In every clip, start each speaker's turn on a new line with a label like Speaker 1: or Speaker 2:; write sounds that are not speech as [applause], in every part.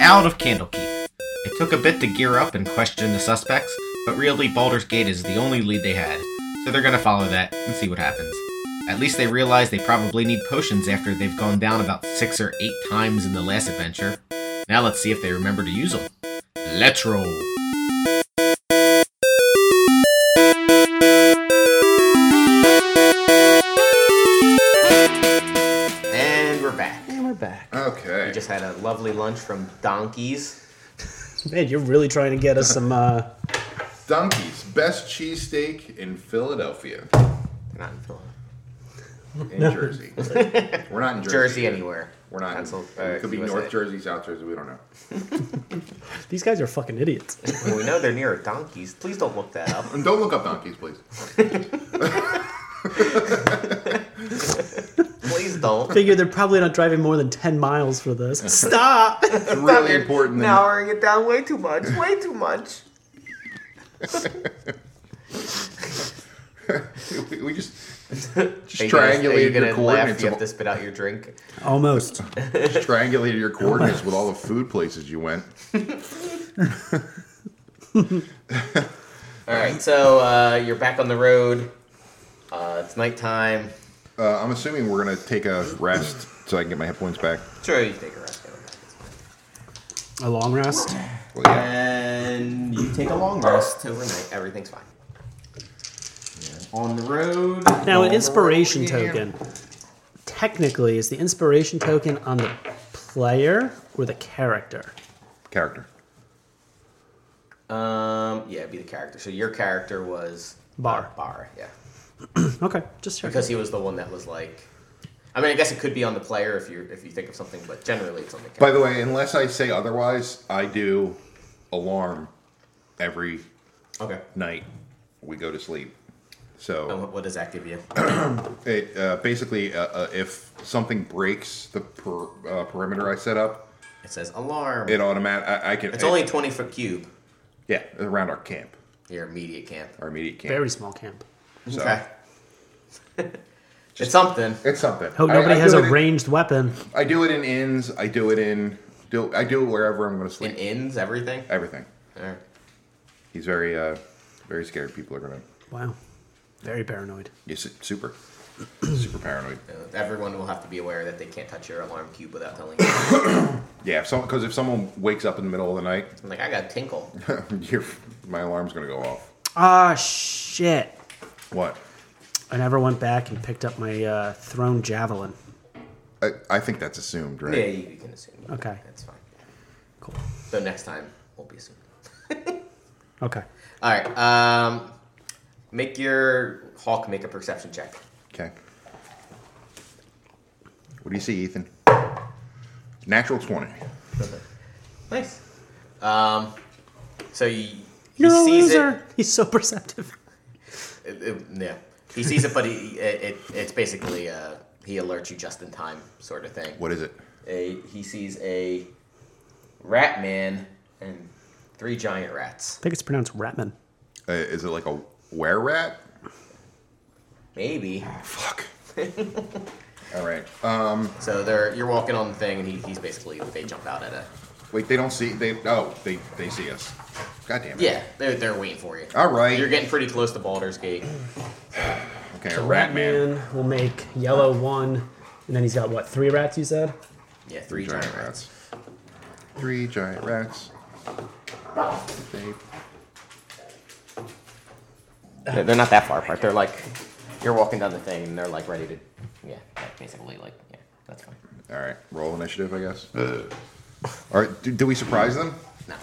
Speaker 1: out of Candlekeep. It took a bit to gear up and question the suspects, but really Baldur's Gate is the only lead they had, so they're gonna follow that and see what happens. At least they realize they probably need potions after they've gone down about six or eight times in the last adventure. Now let's see if they remember to use them. Let's roll! And we're back.
Speaker 2: And we're back.
Speaker 1: We
Speaker 3: Okay.
Speaker 1: just had a lovely lunch from Donkeys.
Speaker 2: Man, you're really trying to get us some. uh
Speaker 3: Donkey's best cheesesteak in Philadelphia,
Speaker 1: They're not in Philadelphia.
Speaker 3: in Jersey. We're not in Jersey.
Speaker 1: [laughs] Jersey anywhere.
Speaker 3: We're not.
Speaker 1: That's
Speaker 3: in,
Speaker 1: all- uh,
Speaker 3: it could be
Speaker 1: USA.
Speaker 3: North Jersey, South Jersey. We don't know.
Speaker 2: These guys are fucking idiots.
Speaker 1: Well, we know they're near donkeys. Please don't look
Speaker 3: [laughs]
Speaker 1: that up.
Speaker 3: And don't look up donkeys,
Speaker 1: [laughs]
Speaker 3: please.
Speaker 1: Please don't.
Speaker 2: Figure they're probably not driving more than ten miles for this. Stop.
Speaker 3: It's really important. that-
Speaker 1: Narrowing it down way too much. Way too much.
Speaker 3: [laughs] we- we just just
Speaker 1: Hey, guys, are you
Speaker 3: triangulated
Speaker 1: gonna
Speaker 3: your
Speaker 1: laugh?
Speaker 3: coordinates.
Speaker 1: You have to
Speaker 3: Of,
Speaker 1: spit out your drink.
Speaker 2: Almost.
Speaker 3: just triangulated
Speaker 1: [laughs]
Speaker 3: your coordinates with all the food places you went.
Speaker 1: All right, so uh, you're back on the road. Uh, it's nighttime.
Speaker 3: Uh, I'm assuming we're gonna take a rest so I can get my hit points back.
Speaker 1: Sure, you take a rest. go back.
Speaker 2: A long rest.
Speaker 3: Well, yeah.
Speaker 1: And you take a long rest overnight. Everything's fine. On the road.
Speaker 2: Now,
Speaker 1: on
Speaker 2: an
Speaker 1: the
Speaker 2: inspiration
Speaker 1: road again.
Speaker 2: token. Technically, is the inspiration token on the player or the character?
Speaker 3: Character.
Speaker 1: Um, yeah, it'd be the character. So your character was
Speaker 2: Bar.
Speaker 1: Bar, yeah,
Speaker 2: Okay, just checking.
Speaker 1: because he was the one that was like. I mean, I guess it could be on the player if you if you think of something, but generally it's on the
Speaker 3: By
Speaker 1: character.
Speaker 3: the way, unless I say otherwise, I do alarm every
Speaker 1: okay.
Speaker 3: night we go to sleep. So
Speaker 1: And what, what does that give you?
Speaker 3: It uh, basically, uh, uh, if something breaks the per, uh, perimeter I set up,
Speaker 1: It says alarm.
Speaker 3: it automatic. I, I can.
Speaker 1: it's only twenty foot cube.
Speaker 3: yeah around our camp,
Speaker 1: Your immediate camp.
Speaker 3: our immediate camp.
Speaker 2: Very small camp.
Speaker 3: so-
Speaker 1: Okay. [laughs] it's something.
Speaker 3: It's something.
Speaker 2: Hope
Speaker 3: I-
Speaker 2: nobody
Speaker 3: I
Speaker 2: has
Speaker 3: do
Speaker 2: a
Speaker 3: it in-
Speaker 2: ranged weapon.
Speaker 3: I do it in inns. I do it in. Do I do it wherever I'm going to
Speaker 1: It
Speaker 3: sleep?
Speaker 1: ends everything.
Speaker 3: Everything.
Speaker 1: All right.
Speaker 3: He's very, uh, very scared. People are going to.
Speaker 2: Wow. Very paranoid.
Speaker 3: He's su- super, super paranoid.
Speaker 1: Uh, everyone will have to be aware that they can't touch your alarm cube without telling [coughs] you.
Speaker 3: Yeah, if someone because if someone wakes up in the middle of the night, [laughs]
Speaker 1: I'm like, I got tinkle.
Speaker 3: you're, my alarm's going to go off.
Speaker 2: Ah, shit.
Speaker 3: What?
Speaker 2: I never went back and picked up my uh, thrown javelin.
Speaker 3: I, I think that's assumed, right?
Speaker 1: Yeah, you, you can assume.
Speaker 2: Okay.
Speaker 1: That's fine.
Speaker 2: Cool.
Speaker 1: So next time we'll be soon.
Speaker 2: Okay.
Speaker 1: All right. Um, make your hawk make a perception check.
Speaker 3: Okay. What do you see, Ethan? Natural 20.
Speaker 1: Nice. Um, so you, he
Speaker 2: You're a
Speaker 1: sees
Speaker 2: loser. He's so perceptive.
Speaker 1: it. It- it- Yeah, he sees it, but he, it, it it's basically uh, he alerts you just in time sort of thing.
Speaker 3: What is it?
Speaker 1: A, he sees a rat man and three giant rats.
Speaker 2: I think it's pronounced Ratman.
Speaker 3: Uh, is it like a were rat?
Speaker 1: Maybe. [laughs]
Speaker 3: Fuck. All right. Um,
Speaker 1: So they're you're walking on the thing, and he, he's basically they jump out at a
Speaker 3: wait, they don't see. They oh, they they see us. God damn it.
Speaker 1: yeah they're they're waiting for you.
Speaker 3: All right.
Speaker 1: You're getting pretty close to Baldur's Gate.
Speaker 3: okay. a rat man.
Speaker 2: will make yellow one, and then he's got what? Three rats? You said.
Speaker 1: Yeah, three, giant, rats.
Speaker 3: Three giant rats. They,
Speaker 1: They're, they're not that far apart. They're like, you're walking down the thing, and they're like ready to, yeah, like basically like, yeah, that's fine.
Speaker 3: all right. Roll initiative, I guess. All right. Do, do we surprise them?
Speaker 1: No,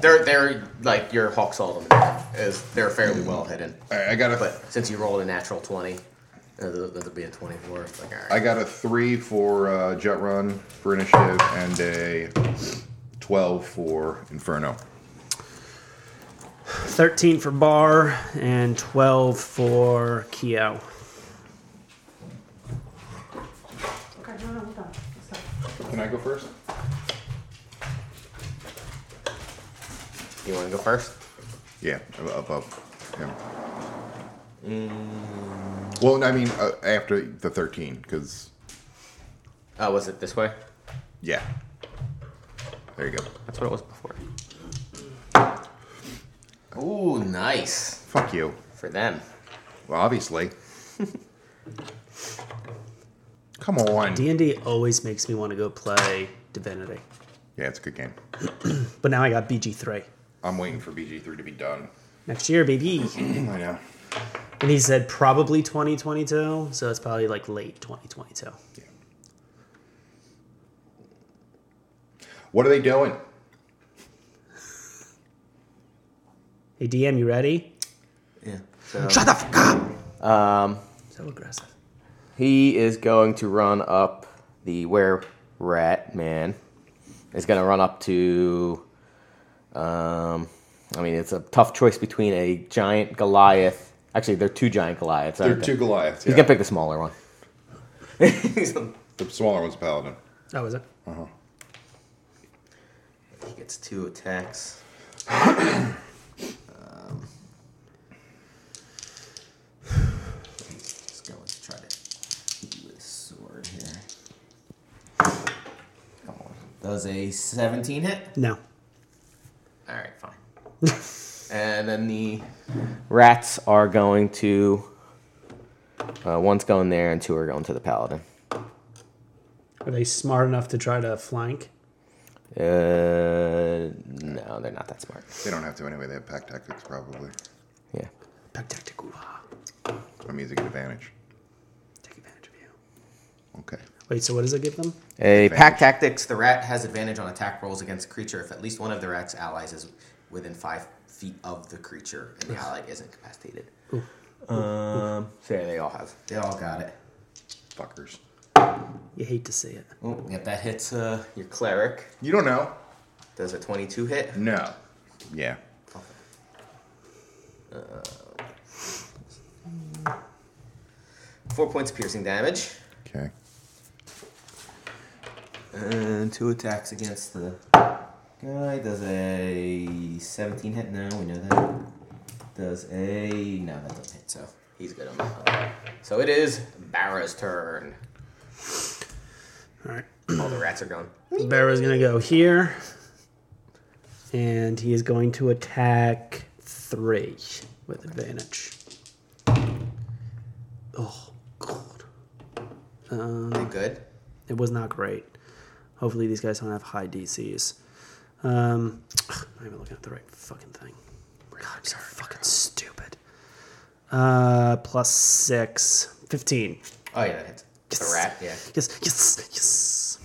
Speaker 1: they're they're like your hawk saw them is they're fairly well hidden.
Speaker 3: All right, I got a
Speaker 1: But since you rolled a natural twenty, uh, th- that'll be a twenty-four. It's like all
Speaker 3: I
Speaker 1: right,
Speaker 3: got a three for uh, Jet Run for initiative and a 12 for Inferno.
Speaker 2: Thirteen for Bar and twelve for Keo.
Speaker 3: Can I go first?
Speaker 1: you want to go first?
Speaker 3: Yeah, ab- above him. Well, I mean, uh, after the 13, because,
Speaker 4: Uh,
Speaker 1: Oh, was it this way?
Speaker 3: yeah. there you go.
Speaker 4: That's what it was before.
Speaker 1: Ooh, nice
Speaker 3: Fuck you.
Speaker 1: for them.
Speaker 3: Well, obviously. Come on.
Speaker 2: D and D always makes me want to go play Divinity,
Speaker 3: Yeah, it's a good game.
Speaker 2: but now I got BG three
Speaker 3: I'm waiting for BG3 to be done.
Speaker 2: next year, baby.
Speaker 3: [clears throat] I know.
Speaker 2: And he said probably 2022, so it's probably like late 2022.
Speaker 3: What are they doing?
Speaker 2: Hey DM, you ready?
Speaker 4: Yeah. So
Speaker 2: Shut the fuck up.
Speaker 4: um,
Speaker 2: So aggressive.
Speaker 4: he is going to run up the where rat man is going to run up to. Um, I mean, it's a tough choice between a giant Goliath. Actually, they're two giant Goliaths.
Speaker 3: They're
Speaker 4: aren't they?
Speaker 3: two Goliaths.
Speaker 4: He's
Speaker 3: yeah.
Speaker 4: gonna pick the smaller one.
Speaker 3: [laughs] the smaller one's a paladin.
Speaker 2: That was Oh, it.
Speaker 4: He gets two attacks.
Speaker 1: Um, Let's go. Let's try to hit you with a sword here. Does a 17 hit?
Speaker 2: No.
Speaker 1: All right, fine.
Speaker 4: [laughs] And then the rats are going to. Uh, one's going there, and two are going to the paladin.
Speaker 2: Are they smart enough to try to flank?
Speaker 4: Uh, no, they're not that smart.
Speaker 3: They don't have to anyway. They have pack tactics probably.
Speaker 4: Yeah.
Speaker 2: Pack tactic. ooh, ah.
Speaker 3: So it means they get advantage.
Speaker 2: Take advantage of you.
Speaker 3: Okay.
Speaker 2: Wait, so what does it give them?
Speaker 4: A pack tactic.
Speaker 1: Tactics the rat has advantage on attack rolls against creature if at least one of the rat's allies is within five feet of the creature and the ally is incapacitated.
Speaker 4: Um, so yeah, they all have.
Speaker 1: They all got it.
Speaker 3: Fuckers.
Speaker 2: You hate to see it.
Speaker 1: Oh, yep, that hits uh, your cleric.
Speaker 3: You don't know?
Speaker 1: Does a 22 hit?
Speaker 3: No. Yeah.
Speaker 1: Four points piercing damage.
Speaker 3: Okay.
Speaker 1: And two attacks against the guy. Does a 17 hit? No, we know that. Does a. No, that doesn't hit, so he's good on that one. So it is Barra's turn.
Speaker 2: All right.
Speaker 1: All Oh, the rats are gone.
Speaker 2: Barrow's going to go here. And he is going to attack three with advantage. Oh, God.
Speaker 1: They good?
Speaker 2: It was not great. Hopefully, these guys don't have high DCs. Um, I'm even looking at the right fucking thing. God, I'm so fucking stupid. Uh, plus six. 15.
Speaker 1: Oh, yeah, that hits. The
Speaker 2: Yes.
Speaker 1: rat, yeah.
Speaker 2: Yes, yes, yes.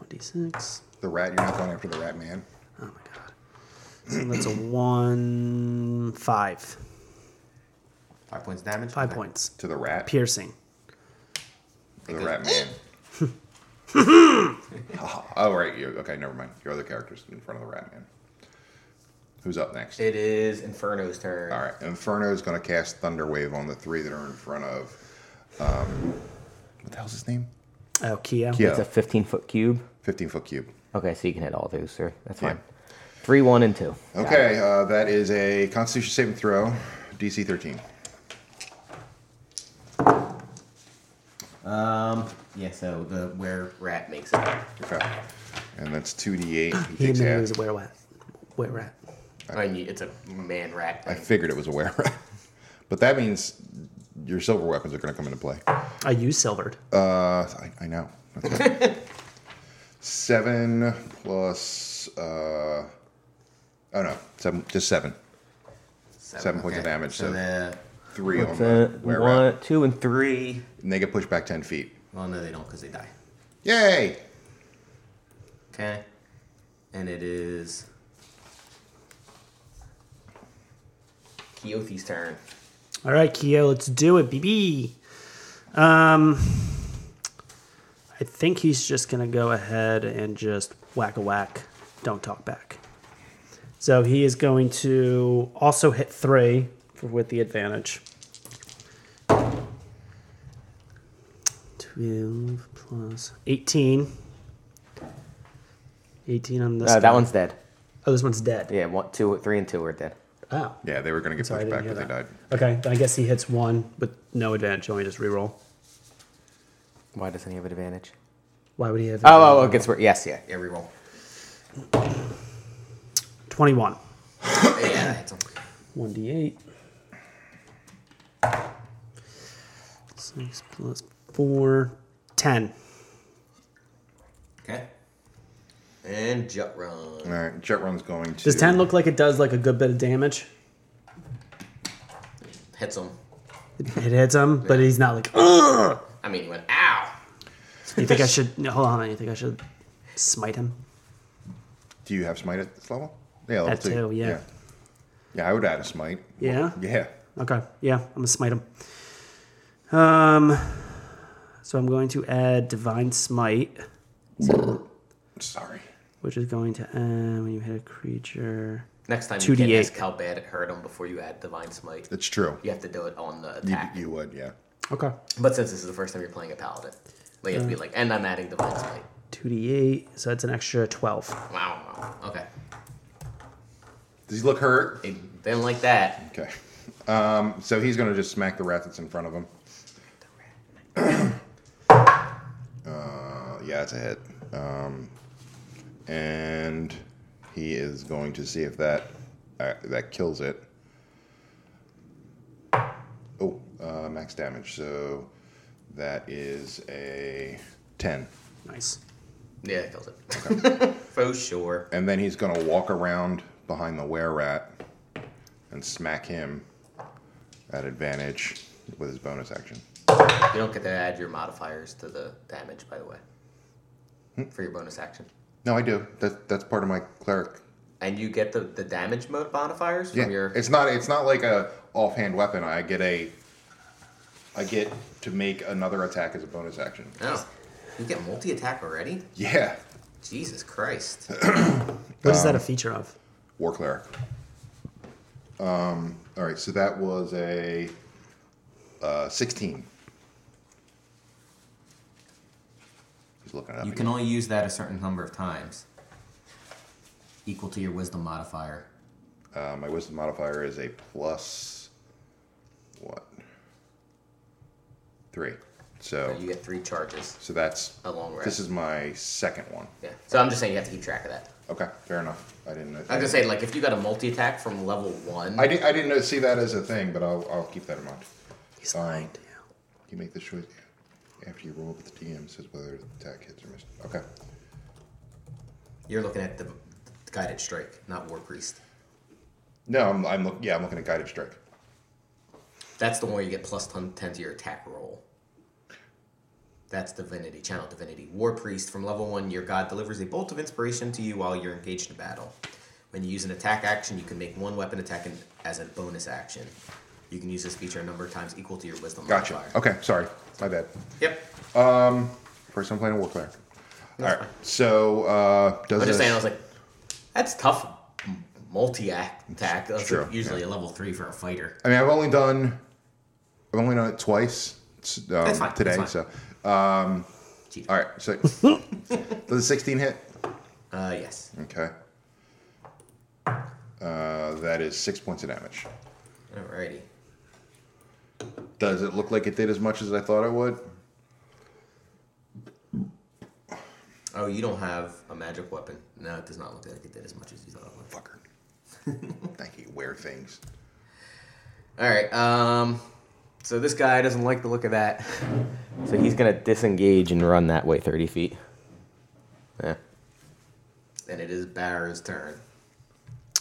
Speaker 2: 1d6.
Speaker 3: The rat, you're not going after the rat man?
Speaker 2: Oh my god. So that's a one five.
Speaker 1: Five points damage.
Speaker 2: Five
Speaker 1: Okay.
Speaker 2: points.
Speaker 3: To the rat?
Speaker 2: Piercing.
Speaker 3: To the rat man. [laughs] oh, right. You, okay, never mind. Your other character's in front of the rat man. Who's up next?
Speaker 1: It is Inferno's turn.
Speaker 3: All right. Inferno's going to cast Thunder Wave on the three that are in front of. Um, what the hell's his name?
Speaker 2: Oh, Keo.
Speaker 3: Keo.
Speaker 4: It's a 15 foot cube.
Speaker 3: 15 foot cube.
Speaker 4: Okay, so you can hit all those, sir. That's
Speaker 3: Yeah.
Speaker 4: fine. Three, one, and two. Got it.
Speaker 3: Okay, uh, that is a Constitution saving throw, DC 13.
Speaker 1: Um, yeah, so the where rat makes it.
Speaker 3: Okay. And that's 2d8. He
Speaker 2: He
Speaker 3: takes
Speaker 2: knew he
Speaker 3: half.
Speaker 2: was a were rat. Were rat.
Speaker 1: I mean, it's a man rat.
Speaker 3: I
Speaker 1: thing.
Speaker 3: figured it was a were. [laughs] but that means your silver weapons are going to come into play.
Speaker 2: I use silvered.
Speaker 3: Uh, I, I know. That's right. seven plus. Uh, oh, no. Seven, just seven. Seven points of damage, so-
Speaker 1: the,
Speaker 3: Three
Speaker 4: What's
Speaker 3: on the
Speaker 4: that?
Speaker 3: were.
Speaker 4: One, two, and three.
Speaker 3: And they get pushed back 10 feet.
Speaker 1: well, no, they don't because they die.
Speaker 3: Yay!
Speaker 1: Okay. And it is. Keothi's turn.
Speaker 2: All right, Keo, let's do it, BB. Um, I think he's just gonna go ahead and just whack a whack. Don't talk back. So he is going to also hit three for, with the advantage. Twelve plus eighteen. Eighteen on this.
Speaker 4: Uh,
Speaker 2: guy.
Speaker 4: that one's dead.
Speaker 2: Oh, this one's dead.
Speaker 4: Yeah, one, two, three, and two are dead.
Speaker 2: Oh.
Speaker 3: Yeah, they were going to get
Speaker 2: Sorry, I
Speaker 3: pushed
Speaker 2: didn't
Speaker 3: back,
Speaker 2: hear
Speaker 3: but they
Speaker 2: that.
Speaker 3: died.
Speaker 2: Okay, then I guess he hits one with no advantage. Let me just reroll.
Speaker 4: Why doesn't he have an advantage?
Speaker 2: Why would he have?
Speaker 4: Oh, oh, oh, gets worse. Yes, yeah.
Speaker 1: Every roll.
Speaker 2: 21.
Speaker 5: Yeah, that's all.
Speaker 2: 1d8. 6 plus 4. 10.
Speaker 5: Okay.
Speaker 1: And jut run.
Speaker 3: All right, jet run's going to.
Speaker 2: Does 10 look like it does like a good bit of damage?
Speaker 1: Hits him.
Speaker 2: It hits him, but he's not like, Ugh!
Speaker 1: I mean, he went, ow!
Speaker 2: You think I should. no, Hold on, you think I should smite him?
Speaker 3: Do you have smite at this level? Yeah, level
Speaker 2: At two, yeah.
Speaker 3: yeah. Yeah, I would add a smite.
Speaker 2: Yeah?
Speaker 3: Yeah.
Speaker 2: Okay, yeah, I'm gonna smite him. Um, so I'm going to add divine smite,
Speaker 3: Sorry.
Speaker 2: which is going to end when you hit a creature.
Speaker 1: Next time you
Speaker 2: 2d8.
Speaker 1: can ask how bad it hurt him before you add Divine Smite.
Speaker 3: It's true.
Speaker 1: You have to do it on the
Speaker 3: You,
Speaker 1: attack.
Speaker 3: you would, yeah.
Speaker 2: Okay,
Speaker 1: But since this is the first time you're playing a Paladin, like, you have to be like, and I'm adding Divine Smite.
Speaker 2: two d eight, so that's an extra twelve.
Speaker 1: Wow. wow. Okay.
Speaker 3: Does he look hurt?
Speaker 1: They didn't like that.
Speaker 3: Okay. Um, so he's going to just smack the rat that's in front of him. Uh, yeah, it's a hit. Um, and he is going to see if that uh, that kills it. Oh, uh, max damage. So that is a ten.
Speaker 2: Nice.
Speaker 1: Yeah, it kills it. [laughs] For sure.
Speaker 3: And then he's going to walk around behind the were rat and smack him at advantage with his bonus action.
Speaker 1: You don't get to add your modifiers to the damage, by the way, for your bonus action.
Speaker 3: No, I do. That, that's part of my cleric.
Speaker 1: And you get the, the damage mode modifiers from
Speaker 3: Yeah,
Speaker 1: your.
Speaker 3: it's not it's not like a offhand weapon. I get a I get to make another attack as a bonus action.
Speaker 1: Oh. You get multi attack already?
Speaker 3: Yeah,
Speaker 1: Jesus Christ.
Speaker 2: What is that a feature of?
Speaker 3: war cleric. Um. All right. So that was a uh, sixteen. He's looking it up.
Speaker 5: You
Speaker 3: again.
Speaker 5: can only use that a certain number of times, equal to your wisdom modifier.
Speaker 3: Uh, my wisdom modifier is a plus what? Three. So
Speaker 1: You get three charges.
Speaker 3: so that's
Speaker 1: A long rest.
Speaker 3: This is my second one.
Speaker 1: Yeah. So I'm just saying you have to keep track of that.
Speaker 3: Okay, fair enough. I didn't. know-
Speaker 1: I was gonna say, like, if you got a multi attack from level one,
Speaker 3: I didn't. I didn't know- see that as a thing, but I'll, I'll keep that in mind.
Speaker 2: He's
Speaker 3: Um,
Speaker 2: lying to you.
Speaker 3: You make the choice after you roll with the DM says whether the attack hits or misses. Okay.
Speaker 1: you're looking at the guided strike, not war priest.
Speaker 3: No, I'm. I'm look, yeah, I'm looking at guided strike.
Speaker 1: That's the one where you get plus 10, 10 to your attack roll. That's divinity, channel divinity. War priest from level one, your god delivers a bolt of inspiration to you while you're engaged in battle. When you use an attack action, you can make one weapon attack in, as a bonus action. You can use this feature a number of times equal to your wisdom
Speaker 3: Gotcha.
Speaker 1: modifier.
Speaker 3: Okay, sorry, my bad.
Speaker 1: Yep.
Speaker 3: First, I'm playing a war cleric. All right. So uh, does
Speaker 1: I'm just
Speaker 3: this-
Speaker 1: saying, I was like, that's tough multi attack. That's
Speaker 3: True,
Speaker 1: usually a level three for a fighter.
Speaker 3: I mean, I've only done. I've only done it twice s- um,
Speaker 1: fine, that's
Speaker 3: today.
Speaker 1: fine.
Speaker 3: So, um,
Speaker 1: Cheater.
Speaker 3: all right.
Speaker 1: [laughs]
Speaker 3: So does a 16 hit?
Speaker 1: Uh, yes.
Speaker 3: Okay. Uh, that is six points of damage.
Speaker 1: Alrighty.
Speaker 3: Does it look like it did as much as I thought it would?
Speaker 1: Oh, you don't have a magic weapon. No, it does not look like it did as much as you thought it would.
Speaker 3: Fucker. Thank you. Wear things.
Speaker 1: All right. Um, so this guy doesn't like the look of that. So he's gonna disengage and run that way, thirty feet. Yeah. And it is Barrow's turn.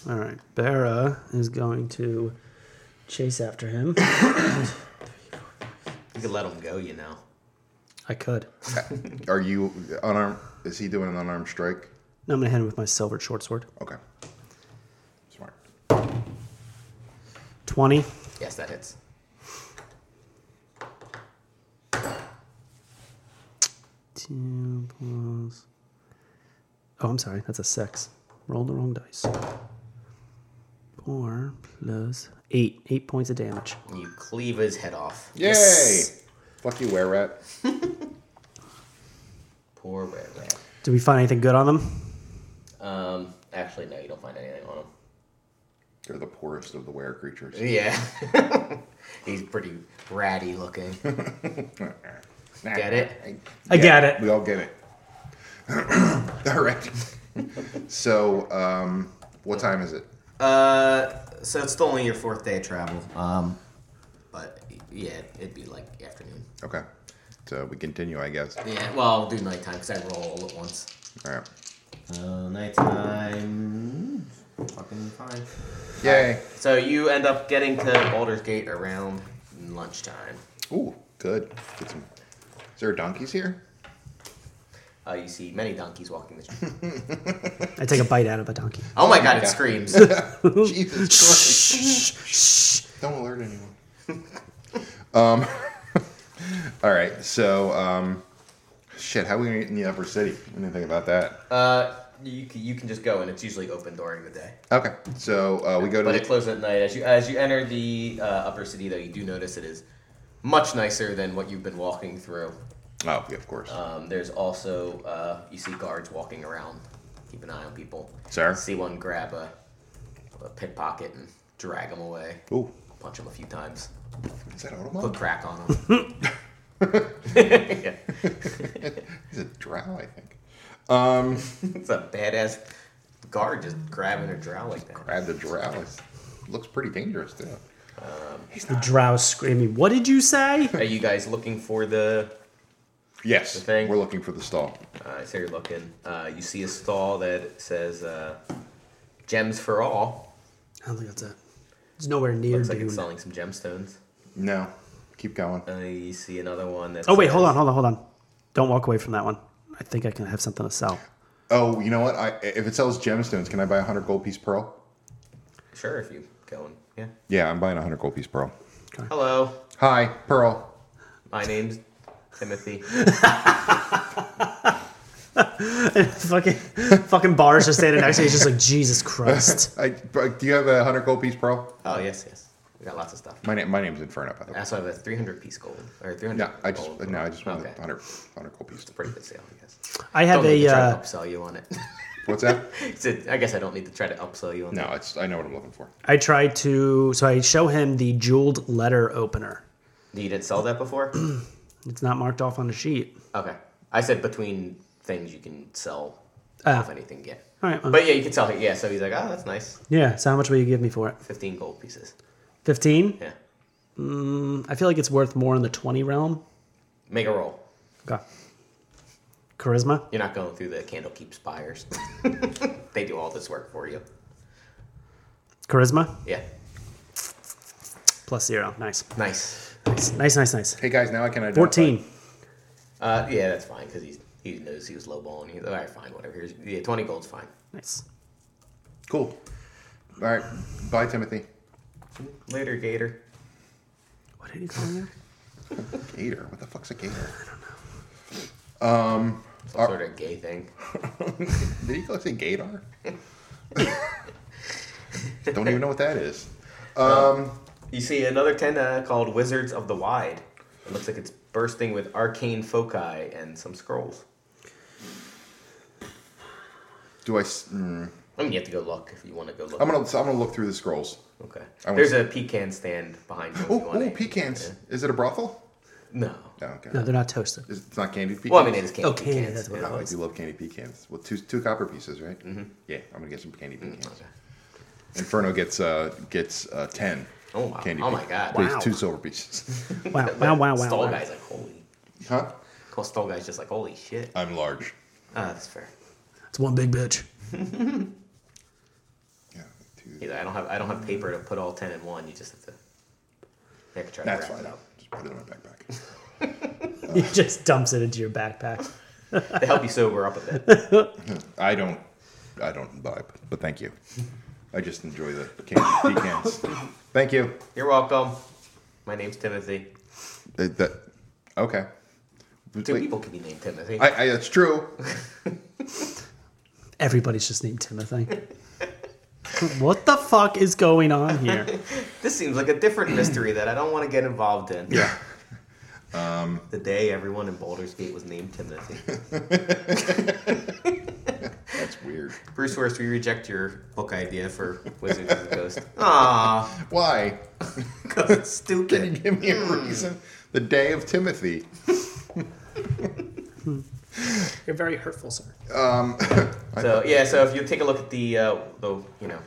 Speaker 2: All right, Barra is going to chase after him.
Speaker 1: You can let him go, you know.
Speaker 2: I could.
Speaker 3: Are you unarmed? Is he doing an unarmed strike?
Speaker 2: No, I'm gonna hit him with my silver short sword.
Speaker 3: Okay. Smart.
Speaker 2: Twenty.
Speaker 1: Yes, that hits.
Speaker 2: Two plus. Oh, I'm sorry. That's a six. Rolled the wrong dice. Four plus eight. Eight points of damage.
Speaker 1: You cleave his head off.
Speaker 3: Yay! Fuck you, wear rat.
Speaker 1: Poor red rat.
Speaker 2: Did we find anything good on them?
Speaker 1: Um, actually, no, you don't find anything on him.
Speaker 3: They're the poorest of the wear creatures.
Speaker 1: Yeah. [laughs] He's pretty ratty looking. Get it?
Speaker 2: I get it.
Speaker 3: We [clears throat] all get it. all right. So, um, what time is it?
Speaker 1: Uh, so it's still only your fourth day of travel. Um, but yeah, it'd be like afternoon.
Speaker 3: Okay. So we continue, I guess.
Speaker 1: Yeah, well, I'll do nighttime because I roll all at once.
Speaker 3: All right.
Speaker 1: So Uh, nighttime, fucking fine.
Speaker 3: Yay.
Speaker 1: So you end up getting to Baldur's Gate around lunchtime.
Speaker 3: Ooh, good. Get some. Is there donkeys here?
Speaker 1: Uh, you see many donkeys walking the street.
Speaker 2: I take a bite out of a donkey.
Speaker 1: Oh
Speaker 3: [laughs]
Speaker 1: my god, it screams.
Speaker 3: Jesus Christ.
Speaker 2: [laughs]
Speaker 3: Don't alert anyone. [laughs] um, [laughs] all right. So, um, shit, how are we going to get in the upper city? I didn't think about that.
Speaker 1: uh, you, c- you can just go, and it's usually open during the day.
Speaker 3: Okay. So uh, we go to
Speaker 1: But it
Speaker 3: the.
Speaker 1: closes at night. As you as you enter the uh, upper city, though, you do notice it is much nicer than what you've been walking through.
Speaker 3: Oh, yeah, of course.
Speaker 1: Um, there's also uh, you see guards walking around, keep an eye on people.
Speaker 3: Sir?
Speaker 1: see one grab a, a pickpocket and drag him away,
Speaker 3: Ooh,
Speaker 1: punch him a few times,
Speaker 3: is that
Speaker 1: put
Speaker 3: Autobot?
Speaker 1: crack on him.
Speaker 2: [laughs]
Speaker 1: Yeah.
Speaker 3: He's a drow, I think.
Speaker 1: [laughs] It's a badass guard just grabbing a drow like that.
Speaker 3: Grab the drow. It looks pretty dangerous, too.
Speaker 2: The drow screaming, What did you say?
Speaker 1: Are you guys looking for the?
Speaker 3: Yes.
Speaker 1: thing?
Speaker 3: We're looking for the stall.
Speaker 1: Uh, so you're looking. Uh, you see a stall that says uh, "Gems for All."
Speaker 2: I don't think that's it. It's nowhere near
Speaker 1: Looks like
Speaker 2: Dune.
Speaker 1: it's selling some gemstones.
Speaker 3: No. Keep going.
Speaker 1: Uh, you see another one that's.
Speaker 2: oh, wait, hold on, hold on, hold on. Don't walk away from that one. I think I can have something to sell. [laughs]
Speaker 3: Oh, you know what? I, if it sells gemstones, can I buy a 100 gold piece pearl?
Speaker 1: Sure, if you go and yeah.
Speaker 3: Yeah, I'm buying a 100 gold piece pearl.
Speaker 1: Hello,
Speaker 3: Hi, Pearl.
Speaker 1: my name's
Speaker 2: [laughs]
Speaker 1: Timothy.
Speaker 2: fucking, fucking bars just standing next to me. He's just like, Jesus Christ.
Speaker 3: I, do you have a 100 gold piece pearl?
Speaker 1: Oh yes, yes. We got lots of stuff.
Speaker 3: My, name, my name's Inferno, by the
Speaker 1: I
Speaker 3: way.
Speaker 1: also have a 300 piece gold or 300.
Speaker 3: No, I just,
Speaker 1: Ah. gold.
Speaker 3: no, I just want a
Speaker 1: Okay.
Speaker 3: 100, 100 gold piece.
Speaker 1: Pretty good sale, I guess.
Speaker 2: I have
Speaker 1: Don't need
Speaker 2: a.
Speaker 1: to try to
Speaker 2: Uh,
Speaker 1: upsell you on it. [laughs]
Speaker 3: What's that?
Speaker 1: It's a- I guess I don't need to try to upsell you on
Speaker 3: No, it's, I know what I'm looking for.
Speaker 2: I tried to. So I show him the jeweled letter opener.
Speaker 1: that. You didn't sell that before. [clears throat]
Speaker 2: It's not marked off on the sheet.
Speaker 1: okay. I said between things you can sell
Speaker 2: Ah.
Speaker 1: if anything. Yeah.
Speaker 2: All right. Well,
Speaker 1: But yeah, you can sell it. Yeah. So he's like, oh, that's nice.
Speaker 2: yeah. So how much will you give me for it?
Speaker 1: 15 gold pieces.
Speaker 2: 15?
Speaker 1: Yeah.
Speaker 2: I feel like it's worth more in the 20 realm.
Speaker 1: Make a roll.
Speaker 2: Okay. Charisma?
Speaker 1: You're not going through the candle keeps buyers. [laughs] they do all this work for you.
Speaker 2: Charisma?
Speaker 1: Yeah.
Speaker 2: Plus zero. Nice.
Speaker 1: Nice.
Speaker 2: Nice, nice, nice. nice.
Speaker 3: Hey, guys, now I can identify.
Speaker 2: 14.
Speaker 1: Uh, yeah, that's fine because he's he knows he was lowballing. He's like, all right, fine, whatever. Here's yeah, 20 gold's fine.
Speaker 2: Nice.
Speaker 3: Cool. All right. Bye, Timothy.
Speaker 1: Later, Gator.
Speaker 2: What did he call you?
Speaker 3: Gator. What the fuck's a gator? Oh.
Speaker 1: Some sort of gay thing.
Speaker 3: Did he call it a gator? Don't even know what that is. Um,
Speaker 1: You see another 10 uh, called Wizards of the Wide. It looks like it's bursting with arcane foci and some scrolls.
Speaker 3: do I? s- Mm,
Speaker 1: I mean, you have to go look if you want to go look.
Speaker 3: I'm gonna. so I'm gonna look through the scrolls.
Speaker 1: okay.
Speaker 3: I wanna
Speaker 1: There's
Speaker 3: see-
Speaker 1: a pecan stand behind you. if you
Speaker 3: Oh,
Speaker 1: want
Speaker 3: oh,
Speaker 1: it.
Speaker 3: pecans. Is it a brothel?
Speaker 1: No.
Speaker 3: No, okay.
Speaker 2: No, they're not toasted.
Speaker 3: Is- It's not candied pecans.
Speaker 1: Well, I mean, it is candy
Speaker 2: Oh, candy,
Speaker 1: pecans.
Speaker 2: that's what it
Speaker 1: yeah.
Speaker 3: Oh, I do love candy pecans. Well, two two copper pieces, right? Mm-hmm. Yeah, I'm gonna get some candy pecans.
Speaker 1: okay.
Speaker 3: Inferno gets uh gets uh ten.
Speaker 1: Oh, wow.
Speaker 3: Candy
Speaker 1: Oh, my
Speaker 3: pecans.
Speaker 1: God.
Speaker 3: There's
Speaker 2: Wow.
Speaker 3: Two silver pieces. [laughs]
Speaker 2: Wow, wow, wow, wow.
Speaker 1: Stall
Speaker 2: wow.
Speaker 1: guy's like, holy.
Speaker 3: huh?
Speaker 1: Well, Stall guy's just like, holy shit.
Speaker 3: I'm large.
Speaker 1: Ah, that's fair.
Speaker 2: It's one big bitch. [laughs]
Speaker 3: Yeah. Two.
Speaker 1: He's like, I don't have I don't have paper to put all ten in one. You just have to make a try
Speaker 3: That's
Speaker 1: to wrap
Speaker 3: fine.
Speaker 1: it up
Speaker 3: Just put it in my backpack.
Speaker 2: He just dumps it into your backpack.
Speaker 1: to help you sober up a bit.
Speaker 3: I don't. I don't vibe, but thank you. I just enjoy the candy pecans. Thank you.
Speaker 1: You're welcome. My name's Timothy.
Speaker 3: Uh, that- okay.
Speaker 1: Two
Speaker 3: Wait,
Speaker 1: people can be named Timothy.
Speaker 3: I, I, that's true.
Speaker 2: Everybody's just named Timothy. what the fuck is going on here?
Speaker 1: This seems like a different mystery that I don't want to get involved in. [laughs]
Speaker 3: Yeah. Um,
Speaker 1: The day everyone in Baldur's Gate was named
Speaker 3: [laughs]
Speaker 1: Timothy.
Speaker 3: That's weird.
Speaker 1: Bruce Willis, we reject your book idea for Wizards of the Coast.
Speaker 3: [laughs]
Speaker 1: Aw, [laughs]
Speaker 3: Why? [laughs]
Speaker 1: because it's
Speaker 3: Can you
Speaker 1: stupid.
Speaker 3: give me a reason? The day of Timothy.
Speaker 2: [laughs] You're very hurtful, sir.
Speaker 1: So yeah, so if you take a look at the uh, the you know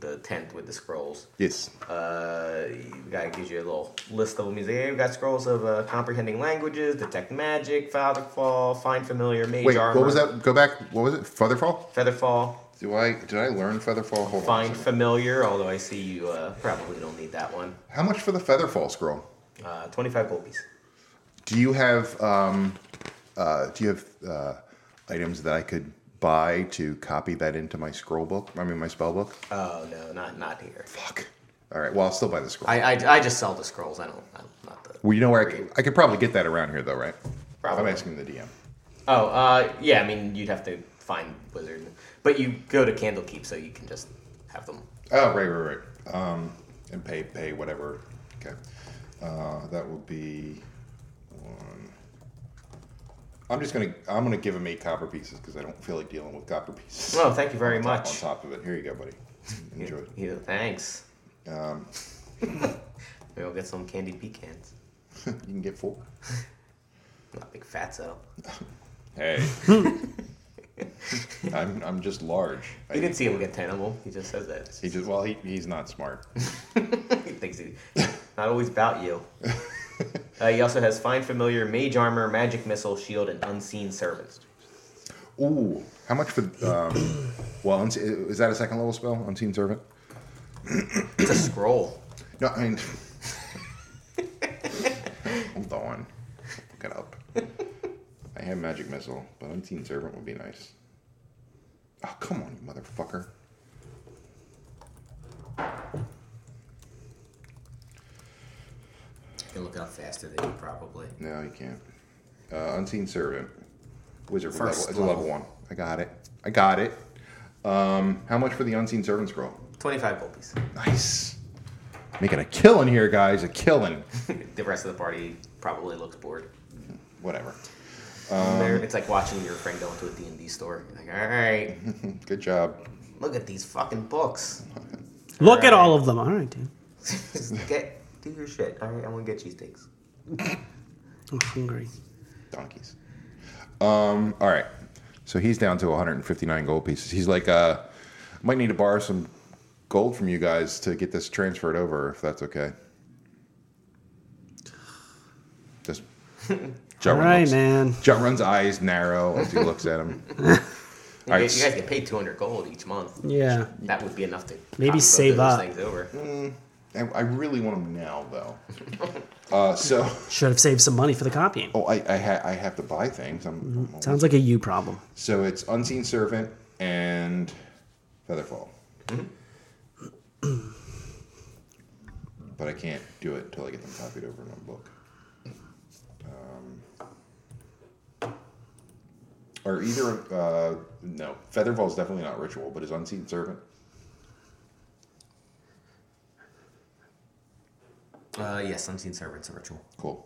Speaker 1: the tent with the scrolls,
Speaker 3: Yes.
Speaker 1: uh, the guy gives you a little list of them. He's like, hey, we've got scrolls of uh, comprehending languages, detect magic, featherfall, find familiar, mage
Speaker 3: Wait,
Speaker 1: armor.
Speaker 3: what was that? Go back. What was it? Featherfall?
Speaker 1: Featherfall,
Speaker 3: Do I did I learn featherfall? Hold on. a
Speaker 1: find
Speaker 3: second.
Speaker 1: familiar. Although I see you uh, probably don't need that one.
Speaker 3: How much for the featherfall scroll?
Speaker 1: Uh, Twenty-five gold piece.
Speaker 3: Do you have um, uh, do you have uh, items that I could buy to copy that into my scroll book? I mean, my spell book.
Speaker 1: Oh no, not not here.
Speaker 3: Fuck. All right. Well, I'll still buy the scroll.
Speaker 1: I, I, I just sell the scrolls. I don't. I'm not the.
Speaker 3: well, you know where I could, I could probably get that around here, though, right?
Speaker 1: Probably.
Speaker 3: I'm asking the DM.
Speaker 1: Oh, uh, yeah. I mean, you'd have to find wizard, but you go to Candlekeep, so you can just have them.
Speaker 3: Oh, right, right, right. Um, and pay, pay whatever. Okay. Uh, that will be. One. I'm just gonna. I'm gonna give him eight copper pieces because I don't feel like dealing with copper pieces.
Speaker 1: Oh, thank you very
Speaker 3: on
Speaker 1: much.
Speaker 3: top, on top of it. Here you go, buddy.
Speaker 1: [laughs]
Speaker 3: Enjoy. it.
Speaker 1: Yeah, thanks. [laughs]
Speaker 3: Um,
Speaker 1: Maybe I'll get some candied pecans.
Speaker 3: you can get four.
Speaker 1: Not big fatso.
Speaker 3: Hey. [laughs] I'm I'm just large. I,
Speaker 1: You didn't see him get ten of them. He just says that.
Speaker 3: he just well he, he's not smart.
Speaker 1: he thinks he, not always about you. Uh, he also has fine familiar, mage armor, magic missile, shield, and unseen servants.
Speaker 3: Ooh, how much
Speaker 1: [clears throat]
Speaker 3: for? Um, well, unse- is that a second level spell? Unseen servant.
Speaker 1: It's a scroll.
Speaker 3: No, I mean, [laughs] hold on. Look it up. I have magic missile, but unseen servant would be nice. Oh come on, you motherfucker!
Speaker 1: You can look it up faster than you probably.
Speaker 3: No, you can't. Uh, unseen servant, wizard level.
Speaker 1: First
Speaker 3: It's a level
Speaker 1: level.
Speaker 3: one. I got it. I got it. Um, how much for the unseen servant scroll?
Speaker 1: Twenty-five gold piece.
Speaker 3: Nice. Making a killing here, guys. A killing.
Speaker 1: the rest of the party probably looks bored.
Speaker 3: Whatever.
Speaker 1: They're- it's like watching your friend go into a D&D store. You're like, all right,
Speaker 3: Good job.
Speaker 1: look at these fucking books.
Speaker 2: Look
Speaker 1: Alright.
Speaker 2: at all of them. All right, dude.
Speaker 1: Just get, do your shit. All right, I'm going to get cheesesteaks.
Speaker 2: I'm hungry.
Speaker 3: Donkeys. Um, all right. So he's down to 159 gold pieces. He's like, uh, I might need to borrow some gold from you guys to get this transferred over, if that's okay.
Speaker 2: [laughs]
Speaker 3: Just. Ja
Speaker 2: All
Speaker 3: Run
Speaker 2: right,
Speaker 3: looks-
Speaker 2: man.
Speaker 3: Ja Run's eyes narrow as he looks at
Speaker 2: [laughs]
Speaker 3: him.
Speaker 1: You,
Speaker 3: All
Speaker 1: guys-
Speaker 3: right.
Speaker 1: you guys get paid 200 gold each month.
Speaker 2: Yeah.
Speaker 1: That would be enough to
Speaker 2: Maybe
Speaker 1: copy both of
Speaker 2: save
Speaker 1: those
Speaker 2: up. Mm.
Speaker 1: things over.
Speaker 3: I I really want him now, though. Uh, so, [laughs]
Speaker 2: Should have saved some money for the copying.
Speaker 3: oh, I I, ha- I have to buy things. I'm, I'm
Speaker 2: Sounds like a you problem.
Speaker 3: So it's Unseen Servant and Featherfall. but I can't do it until I get them copied over in one book. Um, or either, uh, no, Featherfall is definitely not ritual, but is Unseen Servant?
Speaker 1: Uh, yes, Unseen Servants a ritual.
Speaker 3: Cool.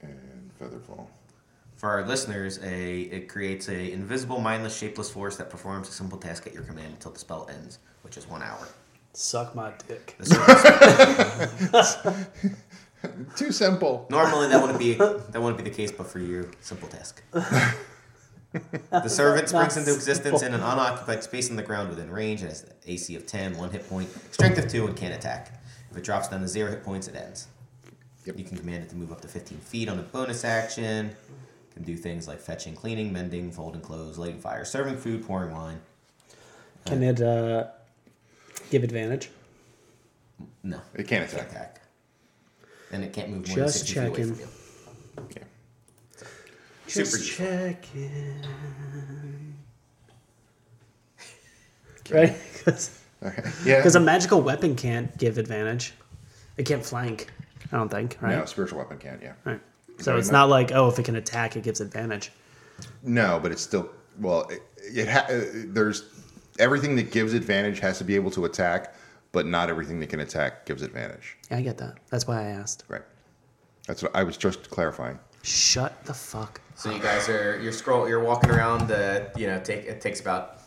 Speaker 3: And Featherfall.
Speaker 1: For our listeners, a it creates a invisible, mindless, shapeless force that performs a simple task at your command until the spell ends, which is one hour.
Speaker 2: Suck my dick.
Speaker 1: The service-
Speaker 3: Too simple.
Speaker 1: Normally, that wouldn't be that wouldn't be the case, but for you, simple task. the servant springs into existence in an unoccupied space on the ground within range and has an AC of 10, one hit point, strength of two, and can't attack. If it drops down to zero hit points, it ends.
Speaker 3: Yep.
Speaker 1: You can command it to move up to 15 feet on a bonus action. You can do things like fetching, cleaning, mending, folding clothes, lighting fire, serving food, pouring wine.
Speaker 2: Can it uh, give advantage?
Speaker 1: No.
Speaker 3: It can't
Speaker 1: Can't
Speaker 3: attack.
Speaker 1: attack. And it can't move more
Speaker 2: Just
Speaker 1: than 60 feet away
Speaker 2: checking.
Speaker 1: from you.
Speaker 3: Yeah.
Speaker 1: Super
Speaker 2: Just
Speaker 1: useful.
Speaker 2: checking. Right? Because
Speaker 3: All right. Yeah.
Speaker 2: a magical weapon can't give advantage. It can't flank, I don't think, right?
Speaker 3: No, spiritual weapon can't, yeah.
Speaker 2: Right. So it's not like, oh, if it can attack, it gives advantage.
Speaker 3: No, but it's still well. It, it ha- uh, there's everything that gives advantage has to be able to attack, but not everything that can attack gives advantage.
Speaker 2: Yeah, I get that. That's why I asked.
Speaker 3: Right. That's what I was just clarifying.
Speaker 2: Shut the fuck.
Speaker 1: So you guys are you're scroll you're walking around the you know take it takes about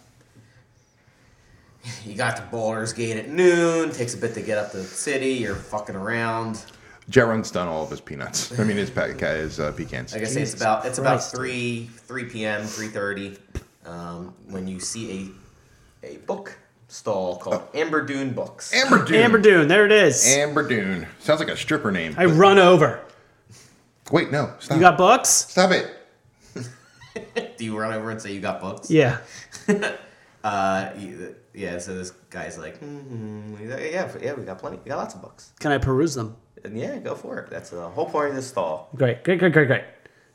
Speaker 1: you got to Baldur's Gate at noon takes a bit to get up to the city you're fucking around
Speaker 3: Jaron's done all of his peanuts. [laughs] I mean, his pack his uh, pecans.
Speaker 1: Like I say, it's
Speaker 2: Jesus
Speaker 1: about it's
Speaker 2: Christ.
Speaker 1: about three three p.m. three thirty um, when you see a a book stall called Amber Dune Books.
Speaker 3: Amber Dune.
Speaker 2: Amber Dune, there it is.
Speaker 3: Amber Dune. Sounds like a stripper name.
Speaker 2: I run over.
Speaker 3: Wait, no. Stop.
Speaker 2: You got books?
Speaker 3: Stop it.
Speaker 1: Do you run over and say you got books?
Speaker 2: Yeah.
Speaker 1: Uh, you- yeah. So this guy's like, mm-hmm. He's like, yeah, yeah, we got plenty. We got lots of books.
Speaker 2: Can I peruse them?
Speaker 1: And yeah, go for it. That's the whole point of this stall.
Speaker 2: Great, great, great, great, great.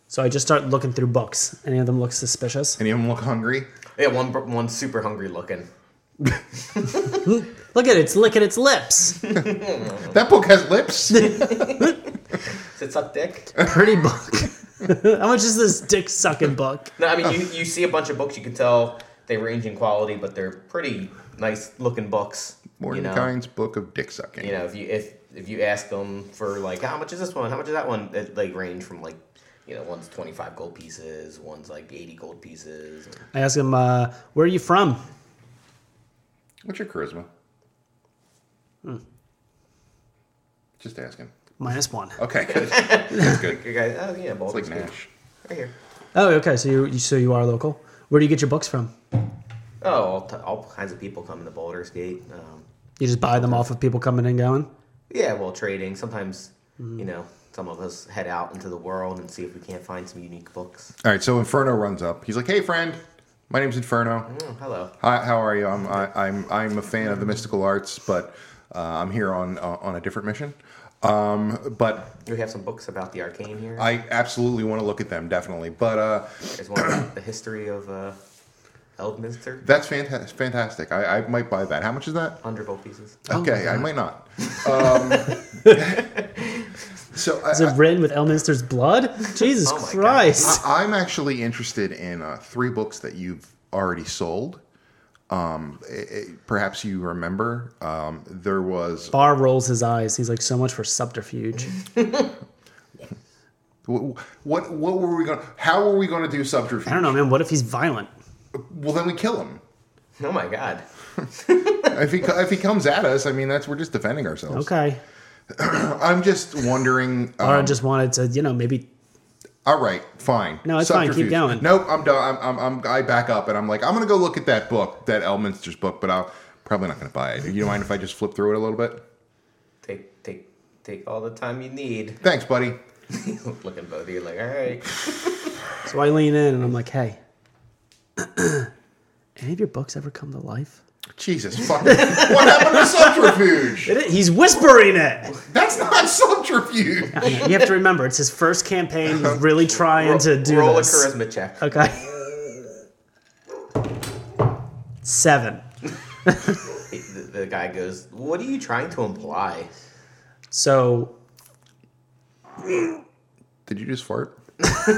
Speaker 2: So I just start looking through books. Any of them look suspicious?
Speaker 3: Any of them look hungry?
Speaker 1: Yeah, one one super hungry looking.
Speaker 2: Look at it, it's licking its lips.
Speaker 3: That book has lips.
Speaker 1: Does it suck dick?
Speaker 3: [laughs]
Speaker 2: Pretty book. How much is this dick sucking book?
Speaker 1: No, I mean you, you see a bunch of books. You can tell they range in quality, but they're pretty nice looking books. you know?
Speaker 3: Mordenkind's book of dick sucking.
Speaker 1: you know if you if if you ask them for like how much is this one how much is that one it, they range from like you know one's 25 gold pieces one's like 80 gold pieces
Speaker 2: I ask him, uh, where are you from?
Speaker 3: What's your charisma? Just ask him.
Speaker 2: Minus one.
Speaker 3: Okay, good. That's good.
Speaker 1: your guy oh yeah Baldur's
Speaker 3: It's like
Speaker 1: Gate.
Speaker 3: Nash.
Speaker 1: right here
Speaker 2: Oh, okay. So you, you so you are local. Where do you get your books from?
Speaker 1: oh all, t- all kinds of people come into Baldur's Gate um,
Speaker 2: You just buy them off of people coming and going.
Speaker 1: yeah well trading sometimes
Speaker 2: Mm-hmm.
Speaker 1: you know some of us head out into the world and see if we can't find some unique books
Speaker 3: All right, so Inferno runs up. He's like, "Hey, friend, my name's Inferno.
Speaker 1: oh, hello
Speaker 3: Hi, how are you? I'm I, I'm I'm a fan of the mystical arts, but uh, I'm here on uh, on a different mission. Um, but
Speaker 1: we have some books about the arcane here
Speaker 3: I absolutely want to look at them, definitely. But uh,
Speaker 1: there's one about the history of uh, Eldminster
Speaker 3: that's fantastic. Fantastic. I, I might buy that. How much is that?
Speaker 1: 100 gold pieces
Speaker 3: Okay, I might not. Um, [laughs] so uh, I,
Speaker 2: Is it written with Elminster's [laughs] blood? Jesus
Speaker 1: Oh my God.
Speaker 2: Christ.
Speaker 3: I, I'm actually interested in uh, three books that you've already sold. Um, it- it- perhaps you remember. Um, there was
Speaker 2: Barr rolls his eyes. He's like, so much for subterfuge.
Speaker 3: wh- what? What were we going? How were we going to do subterfuge?
Speaker 2: I don't know, man. What if he's violent?
Speaker 3: Well, then we kill him.
Speaker 1: oh my god
Speaker 3: if he co- if he comes at us, I mean, that's we're just defending ourselves.
Speaker 2: Okay.
Speaker 3: I'm just wondering.
Speaker 2: Or I
Speaker 3: um,
Speaker 2: just wanted to, you know, maybe.
Speaker 3: All right, fine.
Speaker 2: No, it's fine. Keep
Speaker 3: Subterfuge.
Speaker 2: going.
Speaker 3: Nope, I'm done. I'm, I'm, I'm, I back up and I'm like, I'm gonna go look at that book, that Elminster's book, but I'm probably not gonna buy it. You mind if I just flip through it a little bit?
Speaker 1: take take take all the time you need. [laughs]
Speaker 3: Thanks, buddy.
Speaker 1: Looking both of you like, all right.
Speaker 2: So I lean in and I'm like, [clears throat] hey, any of your books ever come to life?
Speaker 3: Jesus fucking! [laughs] what happened to subterfuge?
Speaker 2: He's whispering it.
Speaker 3: That's not subterfuge.
Speaker 2: You have to remember, it's his first campaign. He's
Speaker 1: [laughs]
Speaker 2: really trying to do
Speaker 1: Roll
Speaker 2: this.
Speaker 1: a charisma check.
Speaker 2: Okay. Seven.
Speaker 1: The, the guy goes, "What are you trying to imply?"
Speaker 2: So
Speaker 3: Did you just
Speaker 2: [laughs]
Speaker 3: fart?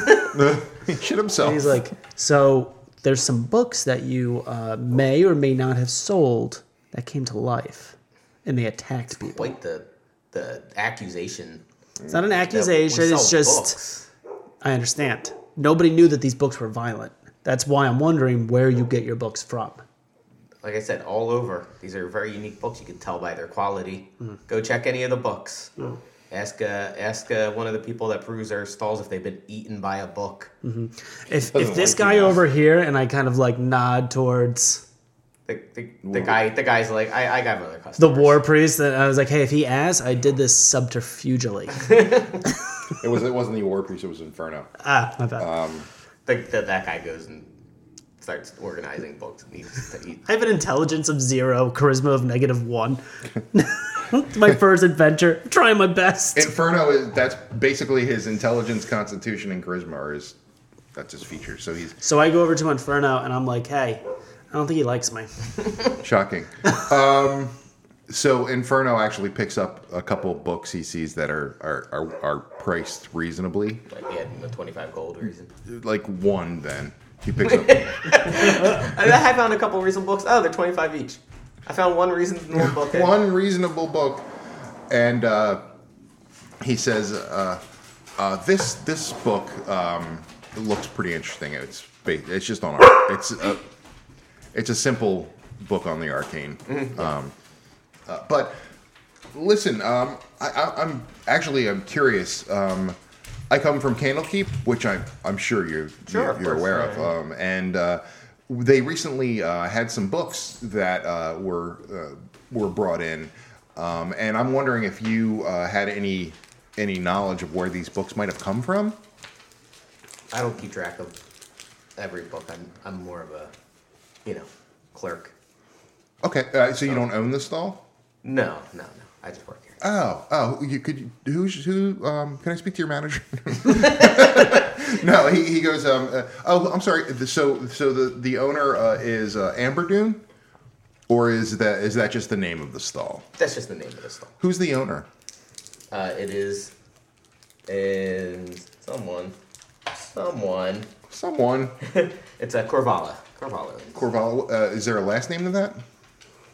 Speaker 3: [laughs] he shit himself.
Speaker 2: he's like, so there's some books that you uh, may or may not have sold that came to life, and they attacked people.
Speaker 1: Quite the the accusation.
Speaker 2: It's not an
Speaker 1: that we
Speaker 2: accusation. It's
Speaker 1: sell
Speaker 2: just
Speaker 1: books.
Speaker 2: I understand. Nobody knew that these books were violent. That's why I'm wondering where you get your books from.
Speaker 1: like I said, all over. These are very unique books. You can tell by their quality.
Speaker 2: Hmm.
Speaker 1: Go check any of the books. Ask uh, ask uh, one of the people that peruse our stalls if they've been eaten by a book.
Speaker 2: Hmm. If, if this
Speaker 3: like
Speaker 2: guy
Speaker 3: you.
Speaker 2: over here and I kind of like nod towards
Speaker 1: The, the, the guy the guy's like, I, I got other customers.
Speaker 2: the war priest, and I was like, hey, if he asks, I did this subterfugely.
Speaker 3: [laughs] It was. It wasn't the war priest. It was
Speaker 2: [laughs]
Speaker 3: Inferno.
Speaker 2: ah, my bad.
Speaker 1: The, the, that guy goes and starts organizing books and needs to eat.
Speaker 2: I have an intelligence of zero, charisma of negative one. [laughs] it's my first adventure. I'm trying my best.
Speaker 3: Inferno is. That's basically his intelligence, constitution, and charisma are his. That's his feature. So he's
Speaker 2: so I go over to Inferno and I'm like, hey, I don't think he likes me. [laughs]
Speaker 3: Shocking. um, so Inferno actually picks up a couple of books he sees that are are, are are priced reasonably.
Speaker 1: Like he had the 25 gold [laughs] reason.
Speaker 3: Like one, then he picks
Speaker 2: [laughs]
Speaker 3: up.
Speaker 1: I, I found a couple reason books. Oh, they're 25 each. I found one reason in one book.
Speaker 3: one reasonable book, and uh, he says, uh, uh, "This this book um, looks pretty interesting. It's ba- it's just on our, it's a, it's a simple
Speaker 1: Mm-hmm.
Speaker 3: book on the arcane, um, uh, but listen, um, I, I, I'm actually I'm curious. Um, I come from Candlekeep, which I'm I'm sure you're
Speaker 1: Sure,
Speaker 3: you're,
Speaker 1: of
Speaker 3: you're
Speaker 1: course,
Speaker 3: aware
Speaker 1: yeah, yeah.
Speaker 3: of, um, and uh, they recently uh, had some books that uh, were uh, were brought in, um, and I'm wondering if you uh, had any any knowledge of where these books might have come from.
Speaker 1: I don't keep track of every book. I'm I'm more of a, you know, clerk.
Speaker 3: Okay, uh, so you don't own this stall?
Speaker 1: No, no, no. I just work here.
Speaker 3: Oh, oh, you could you- who's who? Um, can I speak to your [laughs] manager? no, he, he goes. Um, uh, oh, I'm sorry. the- So so the the owner uh, is uh, Amber Dune, or is that is that just the name of the stall?
Speaker 1: That's just the name of the stall.
Speaker 3: Who's the owner?
Speaker 1: Uh, it is, and someone, someone.
Speaker 3: Someone.
Speaker 1: It's a Corvala. Corvala.
Speaker 3: Corval. Uh, is there a last name to that?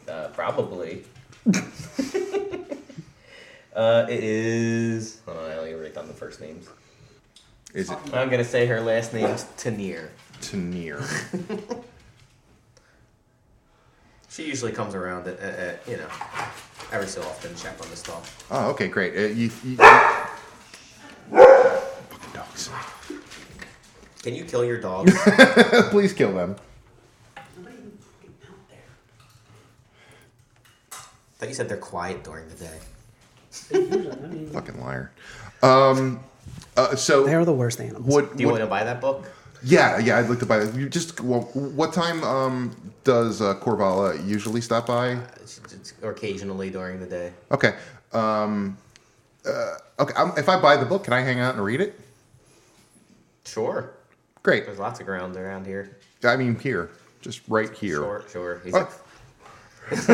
Speaker 1: Uh, probably. [laughs] uh, it is. Hold on, I only write down the first names.
Speaker 3: Is it
Speaker 1: I'm gonna say her last name's Tanir.
Speaker 3: [laughs] Tanir?
Speaker 1: She usually comes around at, at, at you know every so often check on the stall.
Speaker 3: Oh, okay, great. Uh, you, you, fucking dogs.
Speaker 1: Can you kill your dogs?
Speaker 3: [laughs] Please kill them.
Speaker 1: thought you said they're quiet during the day.
Speaker 3: Fucking liar. Um. Uh, so.
Speaker 2: They are the worst animals.
Speaker 3: what,
Speaker 1: Do you
Speaker 3: what-
Speaker 1: want to buy that book?
Speaker 3: Yeah, yeah, I'd like to buy that. You just well, what time um, does uh, Corvala usually stop by?
Speaker 1: It's- it's- Or occasionally during the day.
Speaker 3: Okay, um, uh, okay. i if I buy the book, can I hang out and read it?
Speaker 1: Sure.
Speaker 3: Great.
Speaker 1: There's lots of ground around here.
Speaker 3: I mean, here, just right here.
Speaker 1: Sure, sure. He's
Speaker 3: Oh.
Speaker 1: like,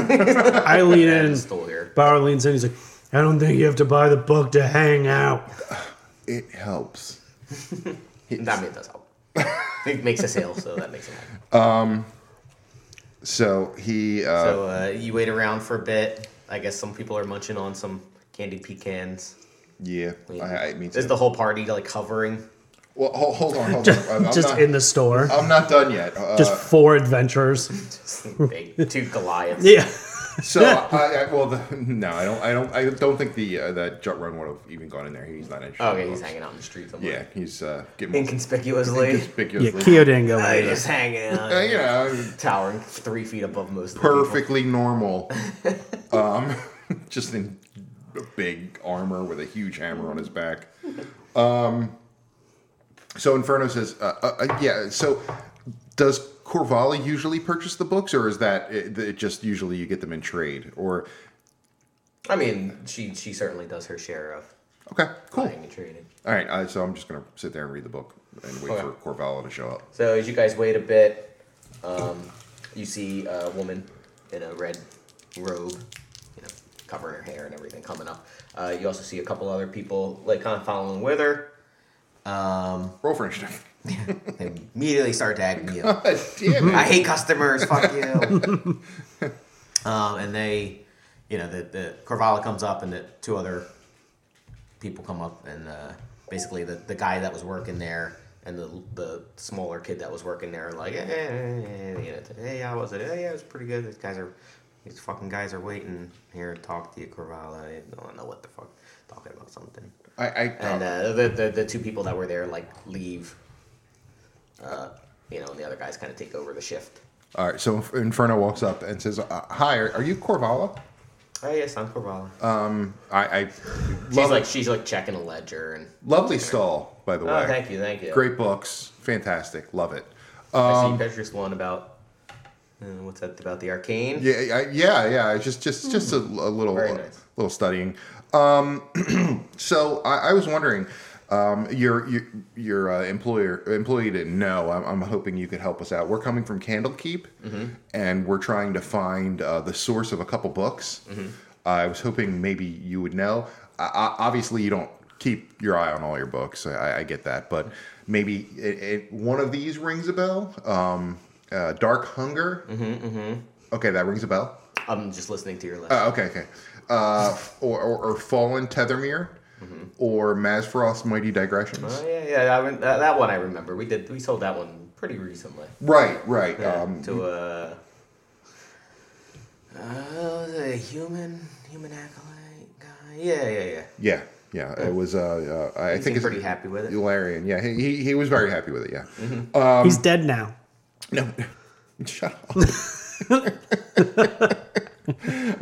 Speaker 2: I lean
Speaker 3: [laughs]
Speaker 1: "F-
Speaker 2: in.
Speaker 1: this stall here.
Speaker 2: Bauer leans in. He's like, I don't think you have to buy the book to hang out.
Speaker 3: It helps.
Speaker 1: I mean, it does [laughs] help. it makes a sale, so that makes it happen.
Speaker 3: So he. Uh,
Speaker 1: So uh, you wait around for a bit. I guess some people are munching on some candied pecans.
Speaker 3: yeah, I, I mean,
Speaker 1: Is the whole party like [laughs] hovering?
Speaker 3: well, hold, hold on, hold on. I'm, I'm
Speaker 2: Just
Speaker 3: not,
Speaker 2: in the store.
Speaker 3: I'm not done yet. Uh,
Speaker 2: Just four adventurers.
Speaker 1: Just big two Goliaths.
Speaker 2: Yeah.
Speaker 3: [laughs] So I, I well, the, [laughs] no, I don't. I don't. I don't think the uh, that Jut Run would have even gone in there. He's not interested.
Speaker 1: Oh,
Speaker 3: in
Speaker 1: okay,
Speaker 3: the
Speaker 1: he's
Speaker 3: book.
Speaker 1: hanging out in the street somewhere.
Speaker 3: Yeah, he's uh, getting
Speaker 2: [laughs]
Speaker 1: Inconspicuously.
Speaker 2: Yeah,
Speaker 3: conspicuously.
Speaker 2: Kyo didn't go
Speaker 1: I
Speaker 2: with
Speaker 1: just hanging out.
Speaker 3: Uh, you know,
Speaker 1: Towering three feet above most of the people.
Speaker 3: perfectly [laughs] normal. um, [laughs] just in big armor with a huge hammer on his back. Um, so Inferno says, uh, uh, uh, "Yeah." So does Corvalli usually purchase the books, or is that it, it just usually you get them in trade? Or
Speaker 1: I mean, she she certainly does her share of
Speaker 3: okay, cool.
Speaker 1: buying and trading.
Speaker 3: All right, uh, so I'm just gonna sit there and read the book and wait
Speaker 1: Okay.
Speaker 3: for Corvalli to show up.
Speaker 1: So as you guys wait a bit, um, you see a woman in a red robe, you know, covering her hair and everything coming up. Uh, you also see a couple other people like kind of following with her. Um,
Speaker 3: Roll for initiative. [laughs]
Speaker 1: they immediately start tagging you.
Speaker 3: God damn it.
Speaker 1: I hate customers. Fuck you. um, and they, you know, the, the Corvala comes up and the two other people come up and uh, basically the, the guy that was working there and the, the smaller kid that was working there are like, eh, eh, eh, eh, you know, hey, how was it? Hey, yeah, it was pretty good. These guys are, these fucking guys are waiting here to talk to you, Corvala. I don't know what the fuck. Talking about something.
Speaker 3: I, I, um,
Speaker 1: And uh, the, the the two people that were there like leave. Uh, you know, and the other guys kind of take over the shift.
Speaker 3: all right. So Inferno walks up and says, uh, "Hi, are, are you Corvalli?"
Speaker 1: Oh yes, I'm Corvallis.
Speaker 3: I, I
Speaker 1: she's
Speaker 3: Uh, love
Speaker 1: like she's like checking a ledger and.
Speaker 3: Lovely stall, by the way.
Speaker 1: Oh, thank you, thank you.
Speaker 3: Great Um, books, fantastic, love it.
Speaker 1: I see you purchased one about. Uh, what's that about the arcane?
Speaker 3: Yeah, I, yeah, yeah. it's Just, just, just a, a little, uh,
Speaker 1: Very nice.
Speaker 3: little studying. Um, [clears throat] so I, I was wondering, um, your your, your uh, employer employee didn't know. I'm, I'm hoping you could help us out. We're coming from Candlekeep, and we're trying to find uh, the source of a couple books. I was hoping maybe you would know. I, I, obviously, you don't keep your eye on all your books. I, I get that, but maybe it, it, one of these rings a bell. Um, uh, Dark Hunger. Mm-hmm, Okay, that rings a bell.
Speaker 1: I'm just listening to your list.
Speaker 3: Uh, okay, okay. Uh, or, or, or Fallen Tethermere,
Speaker 1: Mm-hmm.
Speaker 3: or Masfrost's Mighty Digressions.
Speaker 1: oh yeah, yeah. I mean, that, that one I remember. We did. We sold that one pretty recently.
Speaker 3: Right, right.
Speaker 1: Yeah,
Speaker 3: Um,
Speaker 1: to a. Uh, the human human acolyte guy. yeah, yeah, yeah.
Speaker 3: Yeah, yeah. It was. Uh, uh, I I
Speaker 1: You
Speaker 3: think
Speaker 1: seem
Speaker 3: it's
Speaker 1: pretty happy with it. Mm-hmm.
Speaker 3: Hilarion. Yeah, he, he he was very happy with it. Yeah. Um,
Speaker 2: He's dead now.
Speaker 3: No, [laughs] shut up.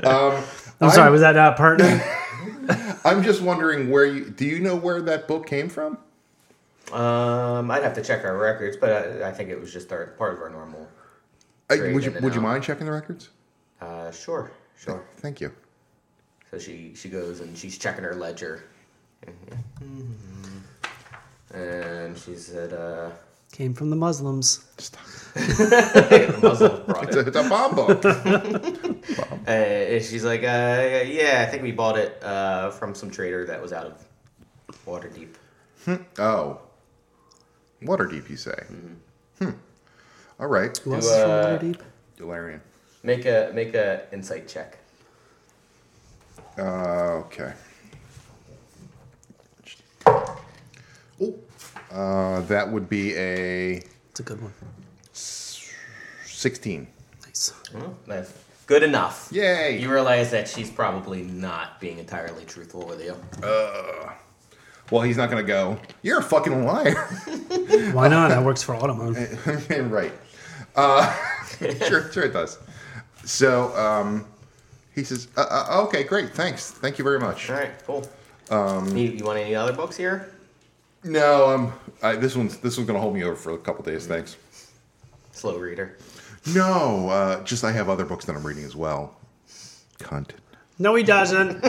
Speaker 3: um,
Speaker 2: I'm sorry. Was that not pertinent? [laughs]
Speaker 3: I'm just wondering where you do you know where that book came from?
Speaker 1: Um, I'd have to check our records, but I, I think it was just our part of our normal.
Speaker 3: Uh,
Speaker 1: Straight
Speaker 3: would you
Speaker 1: in and
Speaker 3: would you
Speaker 1: out.
Speaker 3: mind checking the records?
Speaker 1: Uh, sure, sure.
Speaker 3: Thank you.
Speaker 1: So she she goes and she's checking her ledger, and she said, uh,
Speaker 2: Came from the Muslims.
Speaker 3: Stop.
Speaker 1: the Muslims brought
Speaker 3: It's [laughs]
Speaker 1: it.
Speaker 3: a, it's a bomb book.
Speaker 1: [laughs] Uh, and she's like, uh, yeah, I think we bought it uh, from some trader that was out of Waterdeep.
Speaker 3: oh, Waterdeep, you say? Hmm.
Speaker 1: Mm-hmm.
Speaker 3: All right,
Speaker 2: Who else is from
Speaker 1: uh,
Speaker 2: Waterdeep?
Speaker 3: Delarian.
Speaker 1: Make a make a insight check.
Speaker 3: Uh, okay. Oh, uh, that would be a
Speaker 2: It's a good one.
Speaker 3: sixteen.
Speaker 2: [laughs] Nice.
Speaker 1: Well, Hmm? that's good enough.
Speaker 3: Yay.
Speaker 1: You realize that she's probably not being entirely truthful with you.
Speaker 3: Well, he's not gonna go. You're a fucking liar. [laughs]
Speaker 2: Why not? That works for Automon.
Speaker 3: right. Uh, [laughs] sure, sure it does. So um, he says, uh, uh, "Okay, great, thanks, thank you very much."
Speaker 1: All right, cool. Um, you, you want any other books here?
Speaker 3: No, um, I, this one's this one's gonna hold me over for a couple days. Thanks.
Speaker 1: Slow reader.
Speaker 3: No, uh, just I have other books that I'm reading as well. Cunt.
Speaker 2: No, he doesn't.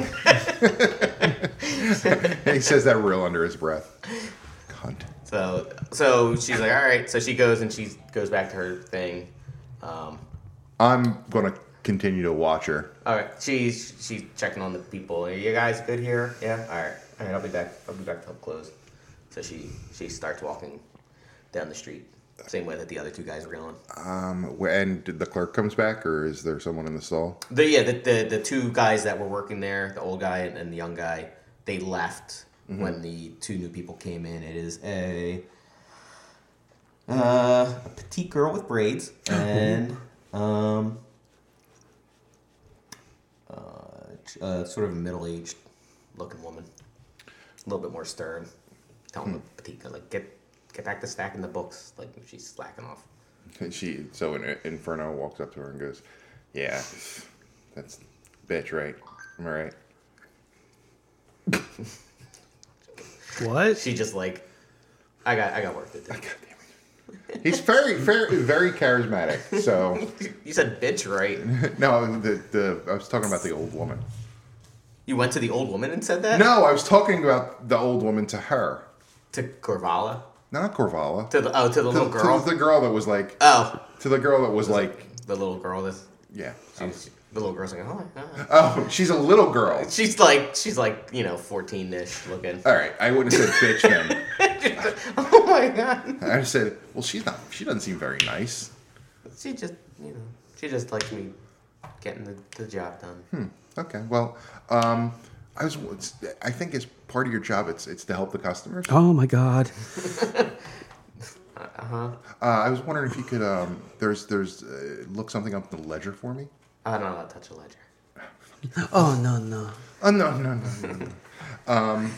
Speaker 3: And he says that real under his breath. Cunt.
Speaker 1: So so she's like, all right. So she goes and she goes back to her thing. Um,
Speaker 3: I'm gonna continue to watch her.
Speaker 1: all right, she's she's checking on the people. Are you guys good here? Yeah. All right. All right. I'll be back. I'll be back to help close. So she she starts walking down the street, same way that the other two guys were going.
Speaker 3: Um, wh- and did the clerk comes back, or is there someone in the stall? [laughs]
Speaker 1: The yeah, the, the the two guys that were working there, the old guy and, and the young guy, they left when the two new people came in. It is a uh, a petite girl with [laughs] braids and um, uh, ch- uh, sort of a middle aged looking woman, a little bit more stern. Telling the petite girl like get get back to stacking the books, like she's slacking off.
Speaker 3: And she so in, Inferno walks up to her and goes, "Yeah, that's bitch, right? Am I right?" [laughs]
Speaker 2: what?
Speaker 1: She just like, I got I got work to do.
Speaker 3: God damn it. He's very, very, very charismatic. So [laughs]
Speaker 1: You said bitch, right?
Speaker 3: no, the, the I was talking about the old woman.
Speaker 1: You went to the old woman and said that?
Speaker 3: No, I was talking about the old woman to her,
Speaker 1: To Corvala?
Speaker 3: not Corvala.
Speaker 1: To the oh, to the
Speaker 3: To-
Speaker 1: little girl.
Speaker 3: to the girl that was like,
Speaker 1: oh,
Speaker 3: to the girl that was like,
Speaker 1: the little girl. This
Speaker 3: yeah.
Speaker 1: she, she- the little girl's like, oh, my God."
Speaker 3: Oh, she's a little girl.
Speaker 1: she's like, she's like, you know, fourteen-ish looking.
Speaker 3: All right, I wouldn't have said bitch then.
Speaker 1: [laughs] oh my god,
Speaker 3: I just said, well, she's not. She doesn't seem very nice.
Speaker 1: she just, you know, she just likes me getting the, the job done.
Speaker 3: Okay. Well, um, I was. it's- I think as part of your job, it's it's to help the customers. Uh,
Speaker 2: Oh my god.
Speaker 3: Uh, I was wondering if you could. Um, there's there's uh, look something up in the ledger for me.
Speaker 1: I don't know how to touch a ledger.
Speaker 2: Oh no no.
Speaker 3: Oh no no no no. no. um,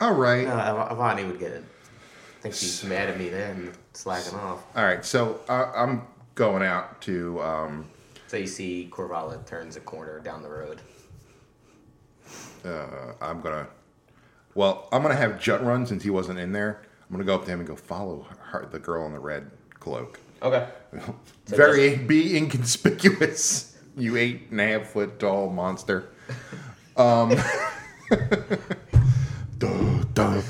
Speaker 3: all right.
Speaker 1: [laughs] No, Av- Avani would get it. I think she's mad at me then, slacking off.
Speaker 3: All right. So uh, I'm going out to. Um,
Speaker 1: So you see, Corvala turns a corner down the road.
Speaker 3: uh, I'm gonna. Well, I'm gonna have Jut run since he wasn't in there. I'm gonna go up to him and go follow her, the girl in the red cloak.
Speaker 1: Okay.
Speaker 3: Very [laughs] be inconspicuous. You eight and a half foot tall monster. Um, [laughs] duh, duh.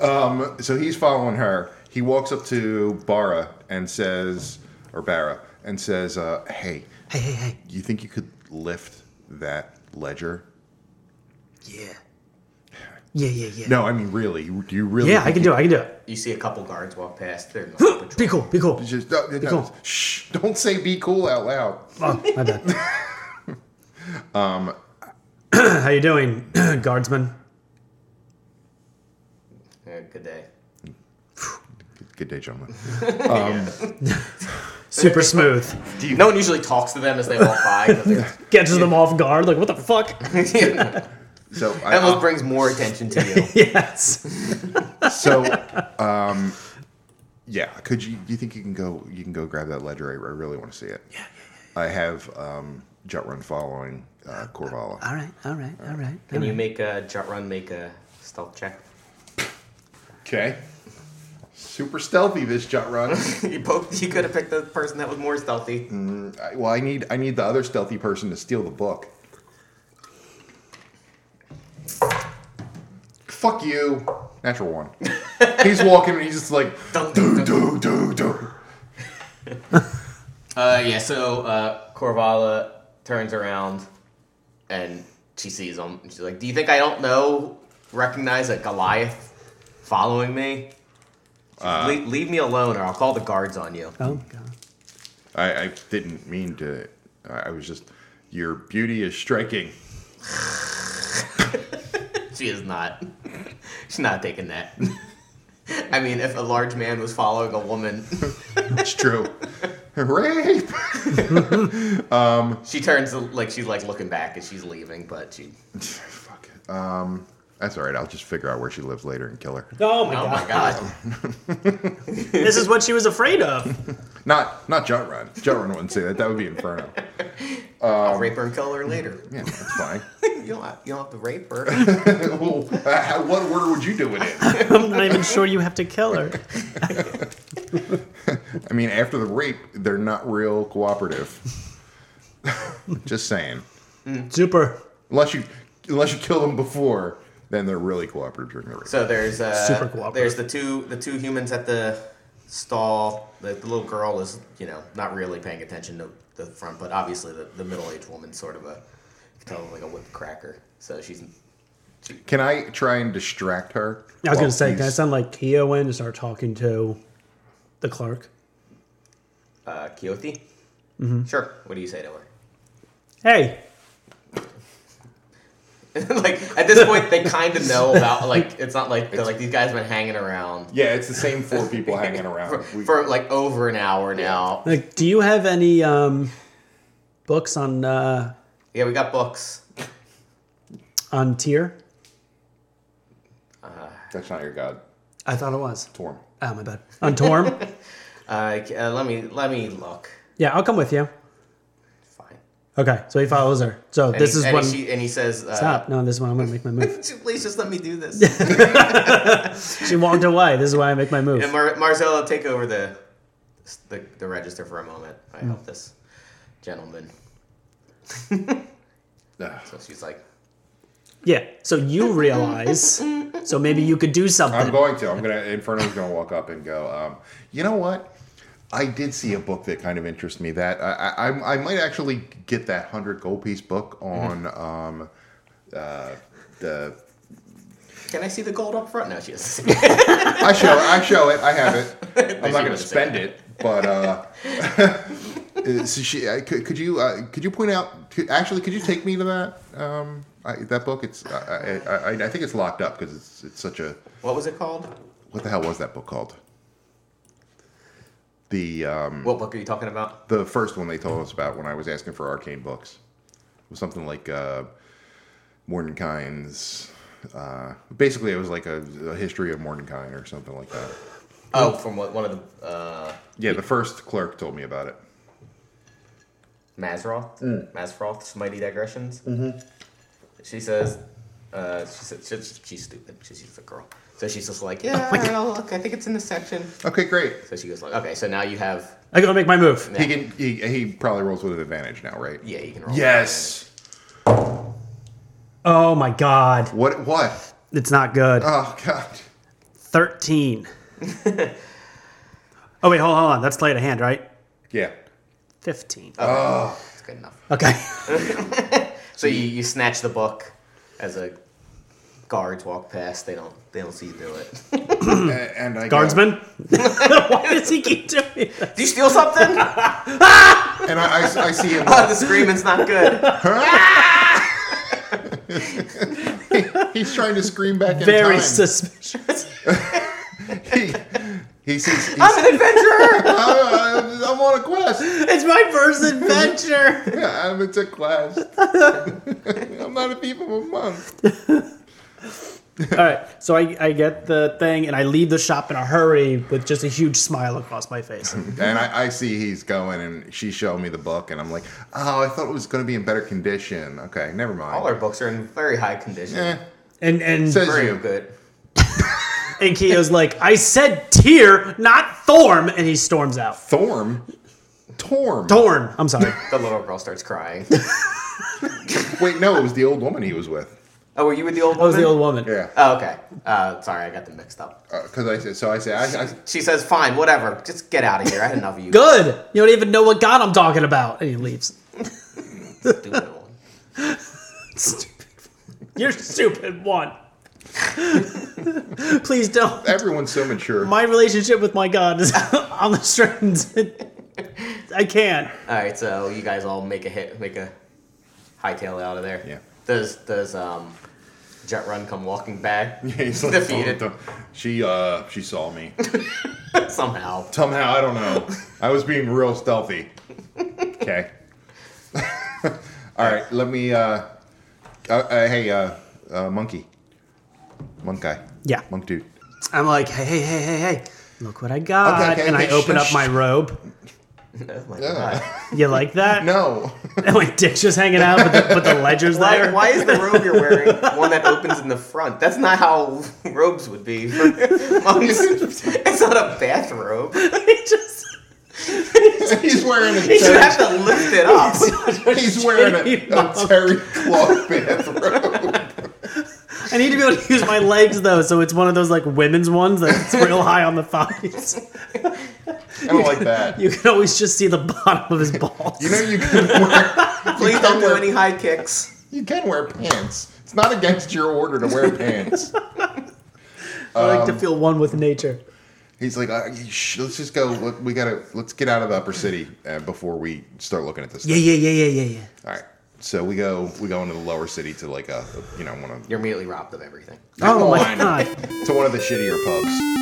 Speaker 3: um, so he's following her. He walks up to Bara and says, or Bara, and says, uh, "Hey,
Speaker 2: Hey hey hey.
Speaker 3: you think you could lift that ledger?"
Speaker 2: Yeah. Yeah yeah yeah.
Speaker 3: No, I mean really. you- Do you really?
Speaker 2: Yeah, I can do it. I can do it.
Speaker 1: You see a couple guards walk past. [gasps] They're not
Speaker 2: Be cool. Be cool.
Speaker 3: Just uh, no,
Speaker 2: cool.
Speaker 3: shh, don't say "be cool" out loud.
Speaker 2: Oh my bad. [laughs] [coughs] um. How you doing, [coughs] guardsman?
Speaker 1: Yeah, good day.
Speaker 3: Good day, gentlemen.
Speaker 2: Super smooth.
Speaker 1: No one usually talks to them as they walk by. 'cause they're- [laughs]
Speaker 2: Catches them off guard. Like what the fuck?
Speaker 3: So I,
Speaker 1: That almost brings more attention to you.
Speaker 2: [laughs] yes.
Speaker 3: so um, yeah could you do you think you can go you can go grab that ledger i, I really want to see it yeah, i have um jut run following uh corvala
Speaker 2: All right. All right. All right.
Speaker 1: Can you make a jot run? Make a stealth check.
Speaker 3: okay super stealthy this jut run
Speaker 1: [laughs] you poked. You could have picked the person that was more stealthy.
Speaker 3: I- well i need i need the other stealthy person to steal the book fuck you natural [laughs] one he's walking and he's just like
Speaker 1: Dun, dun,
Speaker 3: do
Speaker 1: dun.
Speaker 3: do do do
Speaker 1: Uh, yeah. So uh, Corvala turns around, and she sees him. and She's like, "Do you think I don't know? Recognize a Goliath following me? She's like, "Le- leave me alone, or I'll call the guards on you."
Speaker 2: Oh my god.
Speaker 3: I, I didn't mean to. I I was just. Your beauty is striking.
Speaker 1: She is not. [laughs] She's not taking that. [laughs] I mean, if a large man was following a woman, [laughs]
Speaker 3: It's true. [laughs] Rape.
Speaker 1: she turns like she's like looking back as she's leaving, but she.
Speaker 3: Fuck. Um, that's all right. I'll just figure out where she lives later and kill her.
Speaker 2: Oh my
Speaker 1: Oh
Speaker 2: god.
Speaker 1: my
Speaker 2: [laughs]
Speaker 1: god!
Speaker 2: This is what she was afraid of.
Speaker 3: Not not Jut Run. Jut Run wouldn't say that. That would be Inferno.
Speaker 1: I'll rape her and kill
Speaker 2: [laughs]
Speaker 1: her later.
Speaker 3: Yeah, that's fine. [laughs]
Speaker 1: you don't. Have, you don't have to rape her.
Speaker 3: Well, uh, what order would you do it in?
Speaker 2: I'm not even sure you have to kill her.
Speaker 3: I mean, after the rape, they're not real cooperative. [laughs] just saying.
Speaker 2: Super.
Speaker 3: Unless you unless you kill them before, then they're really cooperative during the rape.
Speaker 1: So there's uh,
Speaker 2: Super cooperative.
Speaker 1: there's the two the two humans at the stall. The, the little girl is you know not really paying attention to the front, but obviously the, the middle aged woman's sort of a you can tell like a whip cracker. So she's
Speaker 3: Can I try and distract her?
Speaker 2: I was
Speaker 3: while
Speaker 2: gonna say,
Speaker 3: he's-
Speaker 2: can I sound like Keowen and start talking to the clerk?
Speaker 1: uh, Keothi.
Speaker 2: Mm-hmm.
Speaker 1: Sure. What do you say to her?
Speaker 2: Hey,
Speaker 1: [laughs] like at this point, they kind of know about like it's not like they're like these guys have been hanging around
Speaker 3: Yeah, it's the same four people hanging
Speaker 1: for,
Speaker 3: around. We-
Speaker 1: [laughs] for like over an hour now.
Speaker 2: like, do you have any um, books on uh,
Speaker 1: Yeah, we got books.
Speaker 2: on tier?
Speaker 3: that's not your god,
Speaker 2: I thought it was.
Speaker 3: Torm.
Speaker 2: Oh my bad. On Torm.
Speaker 1: Uh, uh, let me let me look.
Speaker 2: yeah, I'll come with you.
Speaker 1: Fine.
Speaker 2: Okay, so he follows her. So
Speaker 1: And
Speaker 2: this
Speaker 1: he-
Speaker 2: is
Speaker 1: and
Speaker 2: when
Speaker 1: he, she, and he says uh,
Speaker 2: stop.
Speaker 1: [laughs]
Speaker 2: No, this is when I'm gonna make my move.
Speaker 1: Please just let me do this.
Speaker 2: She walked away. This is why I make my move.
Speaker 1: and Mar- Marcelo, take over the, the the register for a moment. I help this gentleman.
Speaker 3: Ugh.
Speaker 1: So she's like,
Speaker 2: Yeah. So you realize. So maybe you could do
Speaker 3: I'm
Speaker 2: something.
Speaker 3: going to. I'm gonna. Inferno's gonna walk up and go. Um, you know what? I did see a book that kind of interests me. That I, I, I'm- I might actually get that hundred gold piece book
Speaker 1: Mm-hmm.
Speaker 3: on um, uh, the.
Speaker 1: "Can I see the gold up front?" Now she is.
Speaker 3: I show. I show it. I have it. I'm not gonna
Speaker 1: would've said
Speaker 3: spend
Speaker 1: that.
Speaker 3: it, but. Uh, uh, so she, I, could, could you uh, could you point out? Could, actually, could you take me to that um, I, that book? It's I, I, I, I think it's locked up because it's it's such a
Speaker 1: what was it called?
Speaker 3: what the hell was that book called? The um,
Speaker 1: What book are you talking about?
Speaker 3: the first one they told us about when I was asking for arcane books It was something like uh, Mordenkainen's. Uh, basically, it was like a, a history of Mordenkainen or something like that.
Speaker 1: Oh, from what, one of the uh,
Speaker 3: Yeah, the first clerk told me about it.
Speaker 1: Masroth, Masroth's Mighty Digressions. Mm. Mm-hmm. She says, uh, she said, she's, she's stupid. She's just a girl. So she's just like, yeah, all right, I'll look. I think it's in this section.
Speaker 3: Okay, great.
Speaker 1: So she goes like, okay, so now you have,
Speaker 2: I gotta make my move.
Speaker 3: He can. He, he probably rolls with an advantage now, right?
Speaker 1: yeah, you can roll.
Speaker 3: Yes.
Speaker 2: Oh my god.
Speaker 3: What? What?
Speaker 2: It's not good.
Speaker 3: Oh God.
Speaker 2: Thirteen. oh wait, hold, hold on. That's play to hand, right?
Speaker 3: Yeah.
Speaker 2: Fifteen.
Speaker 3: Uh,
Speaker 1: That's good enough.
Speaker 3: [laughs]
Speaker 2: Okay.
Speaker 1: So you, you snatch the book as a guards walk past. They don't they don't see you do it.
Speaker 3: A- and I go- [laughs]
Speaker 2: Guardsman. [laughs] why does he keep doing that?
Speaker 1: Do you steal something? [laughs] oh,
Speaker 3: and I, I, I see him.
Speaker 1: the screaming's not [laughs] good.
Speaker 3: He's trying to scream back in
Speaker 2: Very
Speaker 3: time.
Speaker 2: suspicious.
Speaker 3: he, he sees. He's,
Speaker 1: I'm an adventurer.
Speaker 3: I'm, I'm on a quest. [laughs]
Speaker 2: it's my first adventure.
Speaker 3: Yeah, [laughs] I'm, it's a quest. I'm lot of people a month.
Speaker 2: All right, so I, I get the thing and I leave the shop in a hurry with just a huge smile across my
Speaker 3: [laughs]
Speaker 2: face.
Speaker 3: And I, I see he's going, and she showed me the book, and I'm like, oh, I thought it was going to be in better condition. Okay, never mind.
Speaker 1: All our books are in very high condition.
Speaker 3: Eh,
Speaker 2: And and
Speaker 3: says
Speaker 1: Very
Speaker 3: you.
Speaker 1: good.
Speaker 2: and Keo's like, I said tear, not thorm, and he storms out.
Speaker 3: Thorm? Torm.
Speaker 2: Thorn.
Speaker 3: [laughs]
Speaker 2: I'm sorry.
Speaker 1: The little girl
Speaker 2: [laughs]
Speaker 1: starts crying.
Speaker 3: Wait, no, it was the old woman he was with.
Speaker 1: oh, were you with the old?
Speaker 2: That was the
Speaker 1: woman?
Speaker 2: old woman.
Speaker 3: Yeah.
Speaker 1: Oh, okay. Uh, sorry, I got them mixed up.
Speaker 3: Because Uh, I said, so I said, I, I,
Speaker 1: She says, "Fine, whatever. Just get out of here. I had enough of you."
Speaker 2: Good. You don't even know what god I'm talking about. And he leaves.
Speaker 1: Stupid one.
Speaker 2: Stupid. You're stupid one. [laughs] Please don't.
Speaker 3: everyone's so mature.
Speaker 2: My relationship with my god is [laughs] on the strings. I can't.
Speaker 1: All right, so you guys all make a hit, make a hightail out of there.
Speaker 3: Yeah.
Speaker 1: Does does um, Jet Run come walking
Speaker 3: [laughs]
Speaker 1: back?
Speaker 3: [laughs] He's like, "Oh,
Speaker 1: defeated
Speaker 3: "Don't- don't." She, uh, she saw me.
Speaker 1: somehow. [laughs]
Speaker 3: Somehow, I don't know. I was being real stealthy. Okay. [laughs] All right, let me. Uh, uh, uh, hey, uh, uh, monkey, monk guy,
Speaker 2: Yeah.
Speaker 3: monk dude.
Speaker 2: I'm like, hey, hey, hey, hey, hey. Look what I got.
Speaker 3: Okay, okay,
Speaker 2: and I
Speaker 3: okay,
Speaker 2: open
Speaker 3: shh,
Speaker 2: up my
Speaker 3: shh.
Speaker 2: robe.
Speaker 1: Oh my
Speaker 3: [laughs]
Speaker 2: You like that?
Speaker 3: No,
Speaker 2: And my dick's just hanging out, but the, but the ledger's
Speaker 1: god! Why,
Speaker 2: there. [laughs]
Speaker 1: why is the robe you're wearing one that opens in the front? That's not how robes would be. [laughs] for monks. it's not a bathrobe. [laughs]
Speaker 2: It just-
Speaker 3: [laughs]
Speaker 2: [laughs]
Speaker 3: he's wearing a.
Speaker 1: You
Speaker 3: Terry,
Speaker 1: have to lift
Speaker 3: [laughs]
Speaker 1: it up.
Speaker 3: he's wearing a, a
Speaker 2: [laughs]
Speaker 3: terry cloth bathrobe.
Speaker 2: I need to be able to use my legs though, so it's one of those like women's ones that's real high on the thighs.
Speaker 3: I don't like that.
Speaker 2: You can always just see the bottom of his balls.
Speaker 3: You know you
Speaker 1: [laughs]
Speaker 3: can wear.
Speaker 1: Please
Speaker 3: you
Speaker 1: don't
Speaker 3: can
Speaker 1: do
Speaker 3: wear-
Speaker 1: any high kicks.
Speaker 3: You can wear pants. It's not against your order to wear
Speaker 1: [laughs]
Speaker 3: pants.
Speaker 2: I like to feel one with nature.
Speaker 3: He's like, uh, shh, let's just go. Let, we gotta let's get out of the upper city uh, before we start looking at this.
Speaker 2: Yeah, yeah, yeah, yeah, yeah, yeah.
Speaker 3: All right. So we go we go into the lower city to like a you know one of
Speaker 1: You're immediately robbed of everything.
Speaker 2: Oh my
Speaker 3: Come on.
Speaker 2: god.
Speaker 3: to one of the shittier pubs.